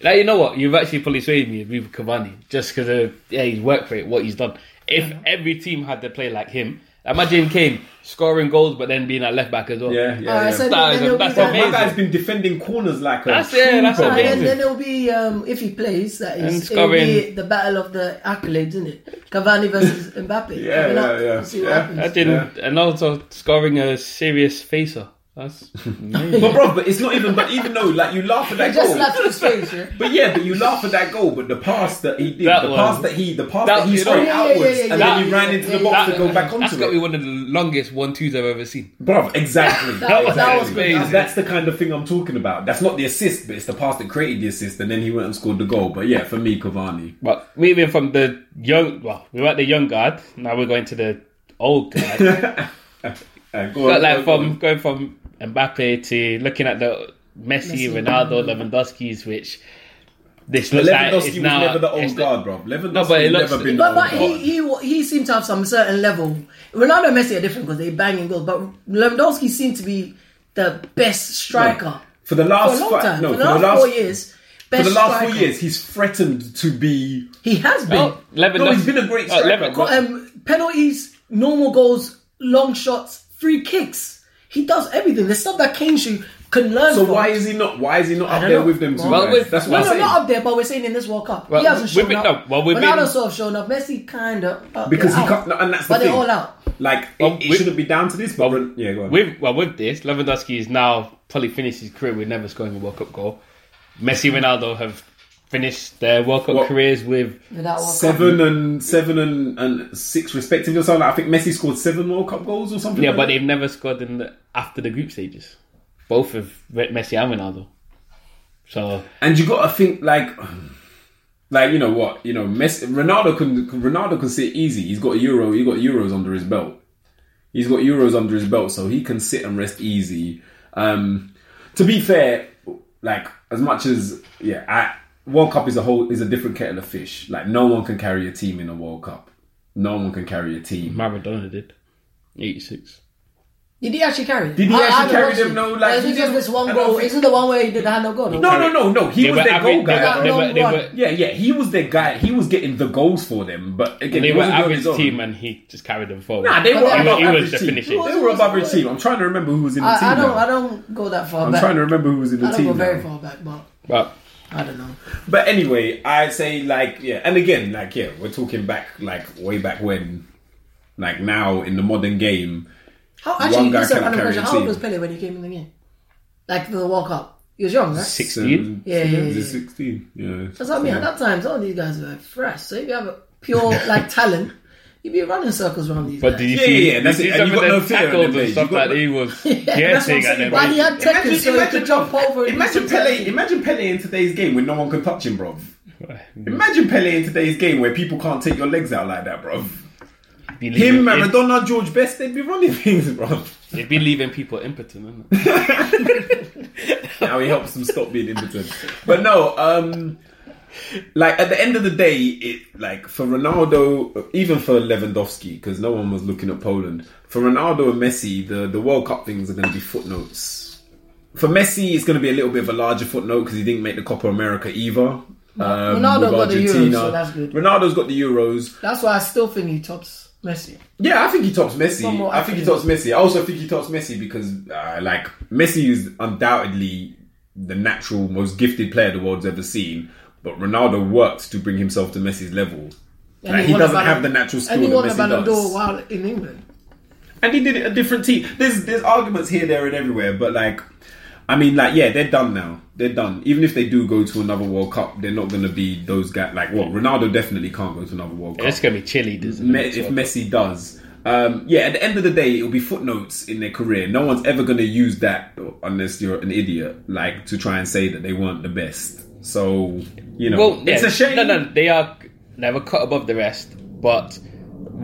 like, you know what? You've actually probably swayed me with Cavani just because of yeah, his work rate, what he's done. If every team had to play like him, Imagine Kane scoring goals, but then being at left back as well. Yeah, yeah. All right, yeah. so That then is there'll a- be that's Ah, that- My amazing. guy's been defending corners like a. That's it, that's trooper. All right, then, amazing. then it'll be um, if he plays. That And is, it'll be scoring. the battle of the accolades, isn't it? Cavani versus Mbappe. Yeah, Coming up, yeah, yeah. we'll see what Yeah. happens. Imagine Yeah. and also scoring a serious facer. [LAUGHS] That's [LAUGHS] But bro, but it's not even. But even though, like, you laugh at that Just goal. slapped his face. Yeah? But yeah, but you laugh at that goal. But the pass that he did, That the one. pass that he, the pass That- that, he you straight know- Yeah, yeah, yeah, outwards, yeah, and yeah, then he yeah, ran into yeah, the box yeah. to go back that's onto got to be it. one of the longest one twos I've ever seen. Bro, exactly. [LAUGHS] That was- that was Exactly. amazing. That's the kind of thing I'm talking about. That's not the assist, but it's the pass that created the assist, and then he went and scored the goal. But yeah, for me, Cavani. But moving from the young, well, we were at the young guard. Now we're going to the old [LAUGHS] guard. Uh, go but like on, go on, from going from Mbappe to looking at the Messi, Messi. Ronaldo, Lewandowski's, which this go on. looks like Lewandowski it's was now never the it's old guard, bro. Lewandowski No, but it looks- never been the But, old but guard. he, he he seemed to have some certain level. Ronaldo and Messi are different because they bang in goals, but Lewandowski seemed to be the best striker for the for a last long fi- time. no, for the last, four years, For best the last striker. four years, he's threatened to be. he has been. Oh, Lewandowski. No, he's been a great Oh, striker. Lewan- Got, um, penalties, normal goals, long shots, free kicks. He does everything. The stuff that Kane should can learn So from. why is he not? Why is he not up don't there know. with them? Two Well, guys? with- That's no, what I'm no, saying. not up there, but we're saying in this World Cup, he hasn't we've shown been- up. no, well, we've been- Ronaldo's sort of shown up. Messi kind of uh, because they're he out. can't, no, and that's the but thing. they're all out. Like it, Well, it with- shouldn't be down to this, but yeah, go on. With well, with this, Lewandowski is now probably finished his career with never scoring a World Cup goal. Messi, Ronaldo have finished their World Cup Well- careers with Without World Cup. seven and seven and, and six respectively or something. Like, I think Messi scored seven World Cup goals or something. yeah, like but that. they've never scored in the, after the group stages. Both of Re- Messi and Ronaldo. So and you got to think like. Like you know what you know, Messi, Ronaldo can Ronaldo can sit easy. He's got euro, he got euros under his belt. He's got euros under his belt, so he can sit and rest easy. Um, to be fair, like as much as yeah, I, World Cup is a whole is a different kettle of fish. Like no one can carry a team in a World Cup. No one can carry a Mm-hmm. team. Maradona did eighty six. Did he actually carry? it? Did he I- I actually haven't carry watched them? it. No, like, But he isn't just didn't- this one I don't goal? think- Isn't the one where he did have no goal? No, no, no, no. He They was were their average- goal they guy. were- bro. they were- they were- Yeah, yeah, he was their guy. He was getting the goals for them, but again, They he were wasn't doing average his own. team, and he just carried them forward. Nah, they were But they- above He was average the team. finisher. They were above average team. I'm trying to remember who was in the team. I, I don't. now. I don't go that far. I'm back. trying to remember who was in the I don't team. go very now. far back, but But I don't know. But anyway, I say like yeah, and again like yeah, we're talking back like way back when, like now in the modern game. How One actually? guy This is a cannot random carry question. a How old team. was Pele when he came in the game? Like for the World Cup, he was young, right? Six. 16? seven- Yeah, yeah, yeah, is it yeah. sixteen. Yeah, That's what I mean. At that time, some of these guys were fresh. So if you have a [LAUGHS] pure like talent, you'd be running circles around these but guys. did you Yeah, see? yeah, yeah, did that's you it, see and some you of got no them fear in tackles it, and you stuff got- that he [LAUGHS] was [LAUGHS] That's getting? saying, and Why he everything. had tackles so he could jump over? and imagine do some Pele. tackling. Imagine Pele in today's game when no one can touch him, bro. Imagine Pele in today's game where people can't take your legs out like that, bro. Be leaving- Him, Maradona, George Best, they'd be running [LAUGHS] things, bro. They'd be leaving people impotent, wouldn't they? [LAUGHS] Now he helps them stop being impotent. But no, um, like at the end of the day, it like for Ronaldo, uh, even for Lewandowski, because no one was looking at Poland. For Ronaldo and Messi, the the World Cup things are going to be footnotes. For Messi, it's going to be a little bit of a larger footnote because he didn't make the Copa America either. Um, Ronaldo with got the Euros, so Argentina. that's good. Ronaldo's got the Euros. That's why I still think he tops Messi. Yeah, I think he tops One Messi. more I think he African. tops Messi. I also think he tops Messi because, uh, like, Messi is undoubtedly the natural, most gifted player the world's ever seen. But Ronaldo worked to bring himself to Messi's level. And Like, he won a doesn't Ballon- have the natural skill And he that won a Messi Ballon does. d'Or while in England. And he did it a different team. There's there's arguments here, there, and everywhere. But like, I mean, like, yeah, they're done now. They're done. Even if they do go to another World Cup, they're not going to be those guys. Like, well, Ronaldo definitely can't go to another World Cup. It's gonna be chilly, isn't Me- it? if Messi does. Um, yeah, at the end of the day, it'll be footnotes in their career. No one's ever going to use that unless you're an idiot, like to try and say that they weren't the best. So you know, Well, it's yeah. a shame. No, no, they are they were cut above the rest, but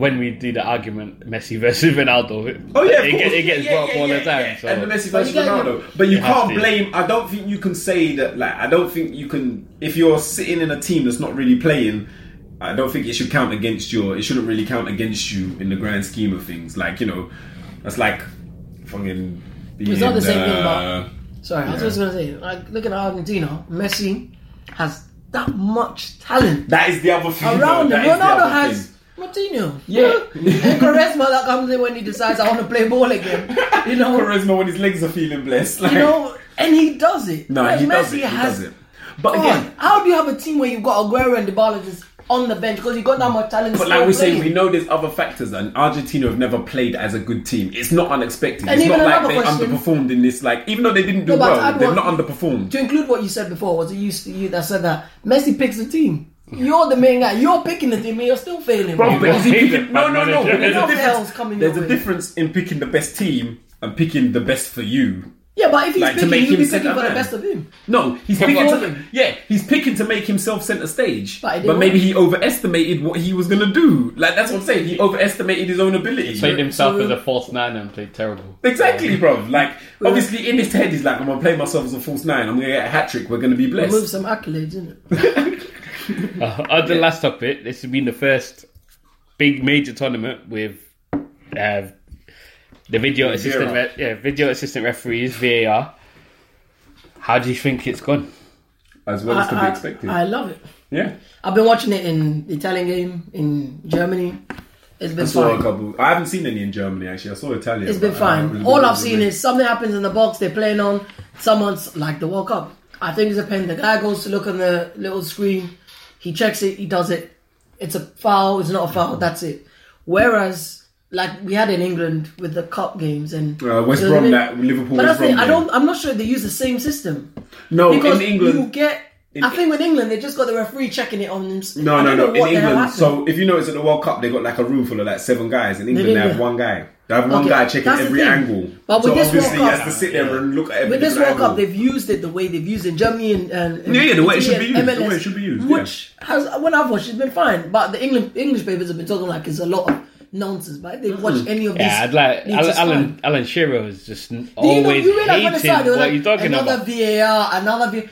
when we do the argument, Messi versus Ronaldo, Oh yeah, of it, course. get- it gets Yeah, yeah, brought up all yeah, the yeah, time. yeah. So. And the Messi But versus you get- Ronaldo, but you You have can't to. blame. I don't think you can say that. Like, I don't think you can. If you're sitting in a team that's not really playing, I don't think it should count against your. It shouldn't really count against you in the grand scheme of things. Like you know, that's like fucking. Being, not the same thing, uh, Sorry, I was Yeah. just gonna say, like, look at Argentina. Messi has that much talent That is the other thing. around though. him. That is the Ronaldo other has thing. Martino. Yeah. and Quaresma that comes in when he decides I want to play ball again. You [LAUGHS] know, Charisma when his legs are feeling blessed. Like, you know, and he does it. no, Like, he does Messi it. He has- does Oh, it. But Come again, on, how do you have a team where you've got Aguero and Dybala just on the bench because you got that much talent? But still like we say, we playing? know there's other factors, and Argentina have never played as a good team. It's not unexpected. And it's even not like another they question- underperformed in this. Like even though they didn't do No, but well, I'd they've want- not underperformed. To include what you said before, was it you, you that said that Messi picks the team? You're the main guy. You're picking the team, and you're still failing. Bro, but got is he hated picking- by no, no, no. manager. but There's a What the hell's difference. coming There's your a way? difference in picking the best team and picking the best for you. yeah, but if he's Like, to picking, make he'll him be second picking for the man. best of him. No, he's Come picking. on. To, yeah, he's picking to make himself center stage. But it But, didn't maybe work. he overestimated what he was gonna do. Like that's what I'm saying. He overestimated his own ability. Played himself so- as a false nine and played terrible. Exactly, bro. Like, obviously, in his head, he's like, I'm gonna play myself as a false nine. I'm gonna get a hat trick. We're gonna be Move blessed. some accolades, innit? Uh, on the last topic, this has been the first big major tournament with uh, the video assistant, VAR. re- yeah, video assistant referees VAR. How do you think it's gone? As well as to be I- expected. I love it. yeah. I've been watching it in the Italian game in Germany. It's been I saw a fine. couple. I haven't seen any in Germany, actually. I saw Italian. It's been but uh, I haven't fine. really All been I've seen really- is something happens in the box they're playing on. Someone's like the World Cup. I think it's a pen. The guy goes to look on the little screen. He checks it. He does it. It's a foul. It's not a foul. That's it. Whereas, like we had in England with the cup games and Uh, West you know what I Brom, mean? that Liverpool But West that's the Brom. thing. I game. don't. I'm not sure they use the same system No, because in England. you get. I in- E- think with England they just got the referee checking it on. Them. No, no, I don't no. know what In the hell England, happened. so if you notice at the World Cup, they got like a room full of like seven guys. In England, did, they have yeah. one guy. They have one Okay, guy checking that's the every thing. angle. But with so this World obviously, he has Cup- to sit there and look at every With this different World Cup, angle. they've used it the way they've used it in Germany and, and Yeah, yeah, the way it should Italy be and used, the way it should be used, Which has, when I've watched, it's been fine. But the England English papers have been talking like it's a lot of nonsense. But if they watch any of this, Yeah, I'd like it's Alan, just Alan, fine. Alan Shearer is just Do you know- always you realize when they hating started, they were what like, you're talking another about. VAR, another VAR.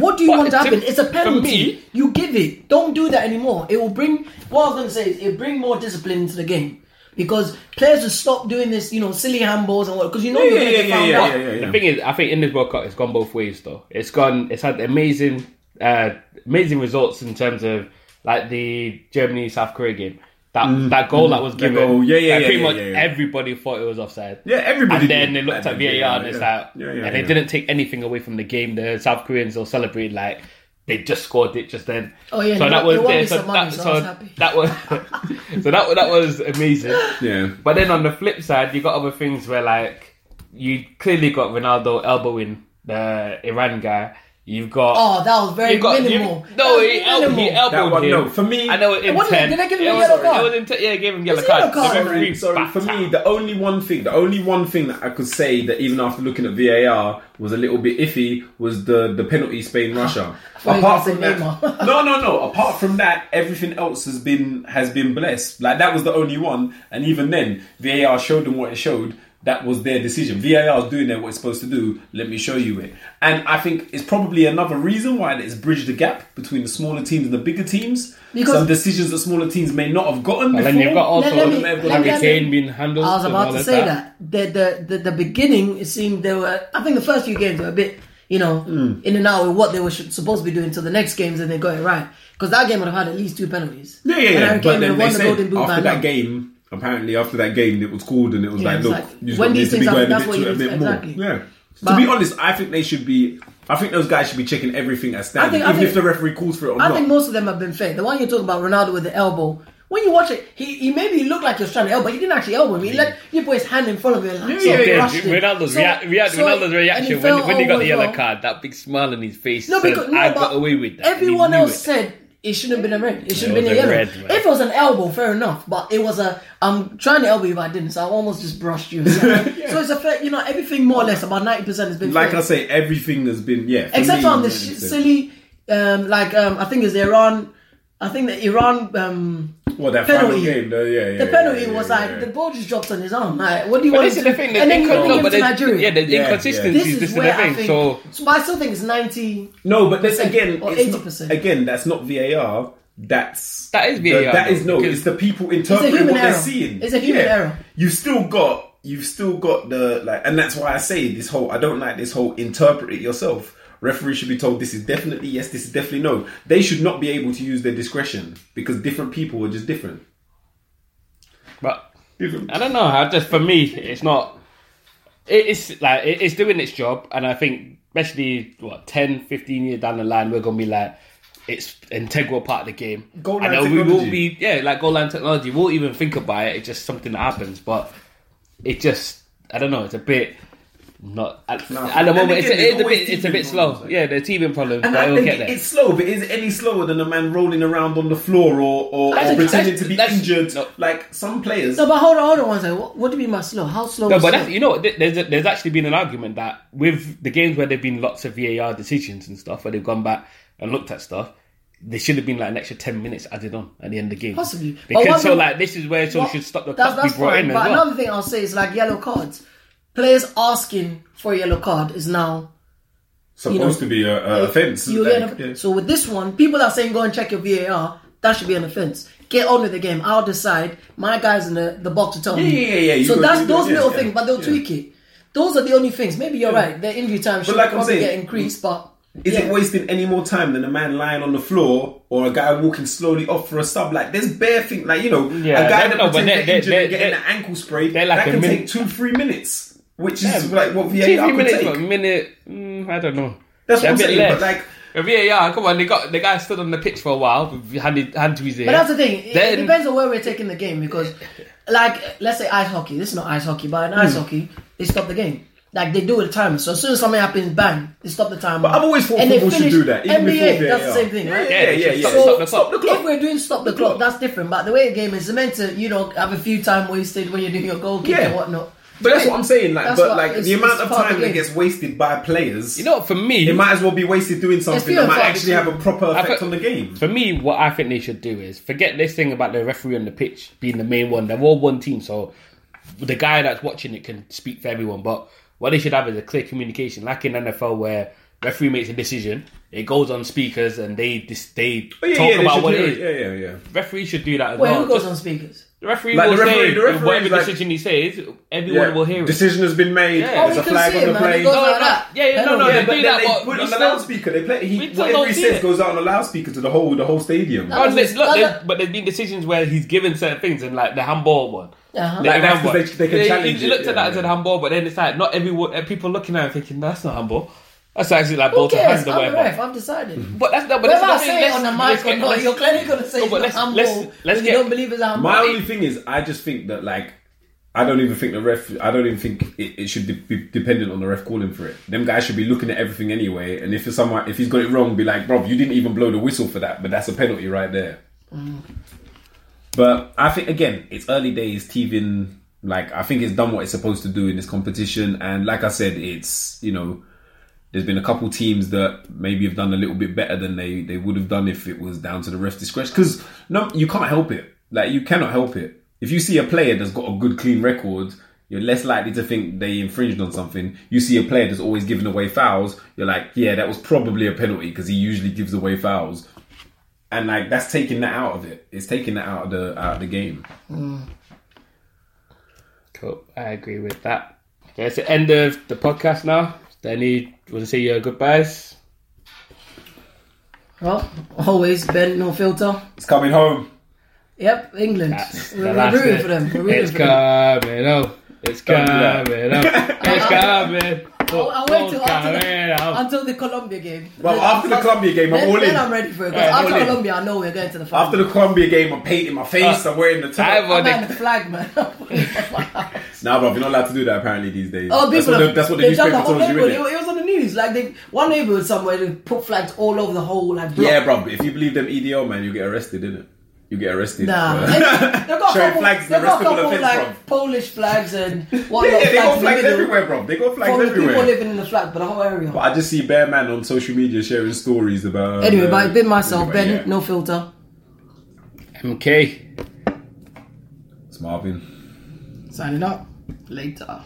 What do you But want to to- happen? It's a for penalty. me- you give it. Don't do that anymore. It will bring. What I was going to say is, it bring more discipline into the game because players will stop doing this, you know, silly handballs and what. Because you know Yeah, you're yeah, going yeah, to yeah, found yeah, out. yeah, yeah, The yeah. thing is, I think in this World Cup, it's gone both ways though. It's gone. It's had amazing, uh, amazing results in terms of like the Germany South Korea game. That that goal that was Mm. That given, goal, yeah, yeah, like, yeah, pretty yeah, much yeah, yeah. everybody thought it was offside. Yeah, everybody And then did. they looked Like, at VAR yeah, and it's yeah. like, Yeah, yeah, and yeah. they didn't take anything away from the game. The South Koreans all celebrated like they just scored it just then. Oh, yeah, so it that wa- was it won there. me So some that, money, so I was so happy. that was [LAUGHS] so that that was amazing. Yeah. But then on the flip side, you got other things where like you clearly got Ronaldo elbowing the Iran guy. You've got Oh, that was very you got you- minimal. That no, was he, el- minimal. he elbowed That one, him. no, for me- I know it Hey, what did- intent. did they give him It a was- yellow card? It was intent. Yeah, it gave him yellow It's a yellow card. The card. referee Sorry, sorry. For backed me, out. the only one thing, the only one thing that I could say that even after looking at VAR was a little bit iffy was the the penalty Spain [LAUGHS] Russia. you apart were from gonna that, say [LAUGHS] Neymar. no, no, [LAUGHS] no. Apart from that, everything else has been has been blessed. Like that was the only one, and even then, VAR showed them what it showed. That was their decision. VAR is doing their what it's supposed to do. Let me show you it. And I think it's probably another reason why it's bridged the gap between the smaller teams and the bigger teams. Because- Some decisions that smaller teams may not have gotten. And before. then you've got also Let- let me- let Harry me- Kane being handled. I was and about all to of say that. The, the the the beginning it seemed they were. I think the first few games were a bit, you know, in and out with what they were sh- supposed to be doing. Till the next games, and they got it right because that game would have had at least two penalties. Yeah, yeah, And yeah. Harry Kane But would have then won they the said Golden Boot by after now. that game, apparently after that game, it was called and it was like, it's look, like, you just when need these to be things going a happen, bit, that's to, a what you bit do, more. exactly. Yeah. But- to be honest, I think they should be. I think those guys should be checking everything as standard, think- I even think- if the referee calls for it or I not. think most of them have been fair. The one you're talking about, Ronaldo with the elbow. When you watch it, he, he maybe looked like he was trying to elbow. He didn't actually elbow him. He let he put his hand in front of him. Like, Yeah, yeah, so yeah. rushed it. Ronaldo's, So- react, react, so- and Ronaldo's he reaction fell when, when he got over the as yellow well. card, that big smile on his face. No, says, because no, I but got away with that. and he Everyone knew else it. said it shouldn't have been a red. It should have It been a was a yellow. red, man. if it was an elbow, fair enough. But it was a I'm trying to elbow you, but I didn't. So I almost just brushed you. [LAUGHS] So it's a fair, you know, everything more or less about ninety percent has been like fair. I say, everything has been yeah. for except me, on the yeah, sh- it's- silly, um, like um, I think it's Iran. I think the Iran um, What that penalty. final game? The, yeah, yeah, the yeah, penalty yeah, was yeah, like yeah. the ball just dropped on his arm. Like, what do you But want? this to is the do? thing. And then couldn't no, give but it to the- Nigeria. Yeah, the yeah. inconsistencies. this This is is the where I thing. think. So but I still think it's ninety. No, but that's again, or it's not- 80%. again, that's not VAR. That's That is the- VAR, that is no. because- It's the people interpreting human what error. they're seeing. It's a human error. You've still got. You've still got the like, and that's why I say this whole. I don't like this whole interpret it yourself. Referee should be told this is definitely yes, this is definitely no. They should not be able to use their discretion because different people are just different. But I don't know. I just for me, it's not. it- It's like it- it's doing its job, and I think especially what 10, 15 years down the line, we're gonna be like it's integral part of the game. Goal I line know we will technology. be yeah, like goal line technology. We won't even think about it. It's just something that happens, but it just I don't know. It's a bit. Not at, No. at the And moment, again, it's, a, there's it's a always bit it's a teething bit slow. problems, like- yeah, the teething problems, And but I it'll think get there. it's slow, but is it any slower than a man rolling around on the floor or, or, That's or a- pretending that's- to be that's- injured? no. Like some players. No, but hold on, hold on one second. What, what do you mean by slow? How slow? No, is but slow? that's, you know, what, th- there's a, there's actually been an argument that with the games where there've been lots of VAR decisions and stuff, where they've gone back and looked at stuff, there should have been like an extra ten minutes added on at the end of the game, Possibly. But one Because so thing- like this is where someone What- should stop the that's, clock be that's brought fine, in as But well. another thing I'll say is like yellow cards. Players asking for a yellow card is now Supposed you know, to be a, a offence. You'll like, get a- yeah. So with this one, people are saying go and check your VAR. That should be an offence. Get on with the game. I'll decide. My guys in the, the box to tell me. yeah, yeah, yeah. You So go- that's you go- those yeah, little yeah, things, but they'll yeah. tweak it. Those are the only things. Maybe you're right. The injury time should like I'm saying, probably get increased, but Is yeah. it wasting any more time than a man lying on the floor or a guy walking slowly off for a sub? Like there's bare thing, like you know, Yeah, a guy no, that no, but they're- pretends they're, they're- injured and they're- getting they're- an ankle sprain. they're like that a can minute- take two, three minutes, which is Yeah. like what Two, three VAR could minutes, take. what, minute, mm, I don't know. That's They're what a bit I'm saying. less. But like, A VAR, come on, they got the guy stood on the pitch for a while, with hand, in- hand to his ear. But that's the thing. It, Then- it depends on where we're taking the game because, like, let's say ice hockey. This is not ice hockey, but in ice hockey, they stop the game. Like they do with time. So as soon as something happens, bang, they stop the time. but I've always thought And they football should finish- do that. Even NBA, before that's the VAR. same thing, right? Yeah, yeah, yeah. Yeah, yeah. stop- stop the Stop the If clock. we're doing stop the clock, that's different. But the way the game is, it's meant to, you know, have a few time wasted when you're doing your goal kick Yeah. and whatnot. But that's what I'm saying. Like, That's but what- like it's- the amount it's of part of time the that game. gets wasted by players, you know, what, for me, it might as well be wasted doing something few that might o'clock. actually have a proper I effect thi- on the game. For me, what I think they should do is forget this thing about the referee on the pitch being the main one. They're all one team, so the guy that's watching it can speak for everyone. But what they should have is a clear communication, like in NFL, where referee makes a decision, it goes on speakers, and they dis- they But Oh, yeah, talk yeah, they about should what do it is. it. Yeah, yeah, yeah. Referee should do that as Wait, well. who goes Just- on speakers? the referee Like, will the referee- say the referee whatever is like- decision he says, everyone Yeah. will hear it. Decision has been made. Yeah. Oh, There's we a can flag see on it, the man. It play. goes No, like no, that. yeah, yeah, no, Hell no, no. they but do then that. they But put it we on the still- loudspeaker. They play we he, still whatever don't he see says it. goes out on the loudspeaker to the whole the whole stadium. No. Oh, there's- look, Like there's- that- but there's been decisions where he's given certain things, and like the handball one. Uh-huh. The Like, that's handball. 'cause they- they can Yeah, he- challenge he it, looked at yeah, that as yeah. an handball, but then it's like not everyone. uh, People looking at it thinking that's not handball. That's actually like both Who cares? hands I'm or the ref. whatever. I've decided. But that's not. Mm-hmm. But Whether I that's the thing, say it let's- on the let's mic or get- not, let's- you're clearly going to say No, it's but not let's- handball. let's- let's if get- you don't believe it's handball. My only thing is, I just think that like, I don't even think the ref. I don't even think it, it should de- be dependent on the ref calling for it. Them guys should be looking at everything anyway. And if it's someone, if he's got it wrong, be like, bro, you didn't even blow the whistle for that, but that's a penalty right there. Mm. But I think again, it's early days. Teething, like I think it's done what it's supposed to do in this competition. And like I said, it's you know. There's been a couple teams that maybe have done a little bit better than they, they would have done if it was down to the ref's discretion. Because no, you can't help it. Like you cannot help it. If you see a player that's got a good clean record, you're less likely to think they infringed on something. You see a player that's always giving away fouls, you're like, yeah, that was probably a penalty because he usually gives away fouls. And like that's taking that out of it. It's taking that out of the out of the game. [LAUGHS] Cool. I agree with that. Okay, it's the end of the podcast now. Is there Any want to say your goodbyes? Well, always Ben, no filter. It's coming home. Yep, England. That's We're, the we're last rooting bit. for them. We're rooting It's for them. coming up. It's Don't do that. coming up. [LAUGHS] It's coming. I wait till after Coming the, up. until the Colombia game. Well, after the Colombia game, I'm Then, all then in. I'm ready for it. Because Yeah, I'm after all in. Colombia, I know we're going to the final. After the Colombia game, I'm painting my face. Uh, I'm wearing the top. I've I'm already- the flag, man. [LAUGHS] Nah, bro, you're not allowed to do that apparently these days. Oh, that's people! what the, have- that's what the they've done newspaper whole told you, neighborhood. innit? It, it was on the news. Like they, one neighborhood somewhere, they put flags all over the whole like block. Yeah, bro. If you believe them EDL, man, you get arrested, innit? You get arrested. Nah, for- [LAUGHS] [LAUGHS] they've got a uh, Showing couple, flags, flags, the they've got a rest of the couple offense, like bruv. Polish flags and [LAUGHS] Yeah, whatnot yeah, they got flags flags, in the middle. everywhere, bro. They got flags For the people everywhere. living in the flat, but the whole area. But I just see Bear Man on social media sharing stories about. anyway, uh, but it's been myself, Ben. anyway, yeah. No filter. MK. It's Marvin. Signing up. Later.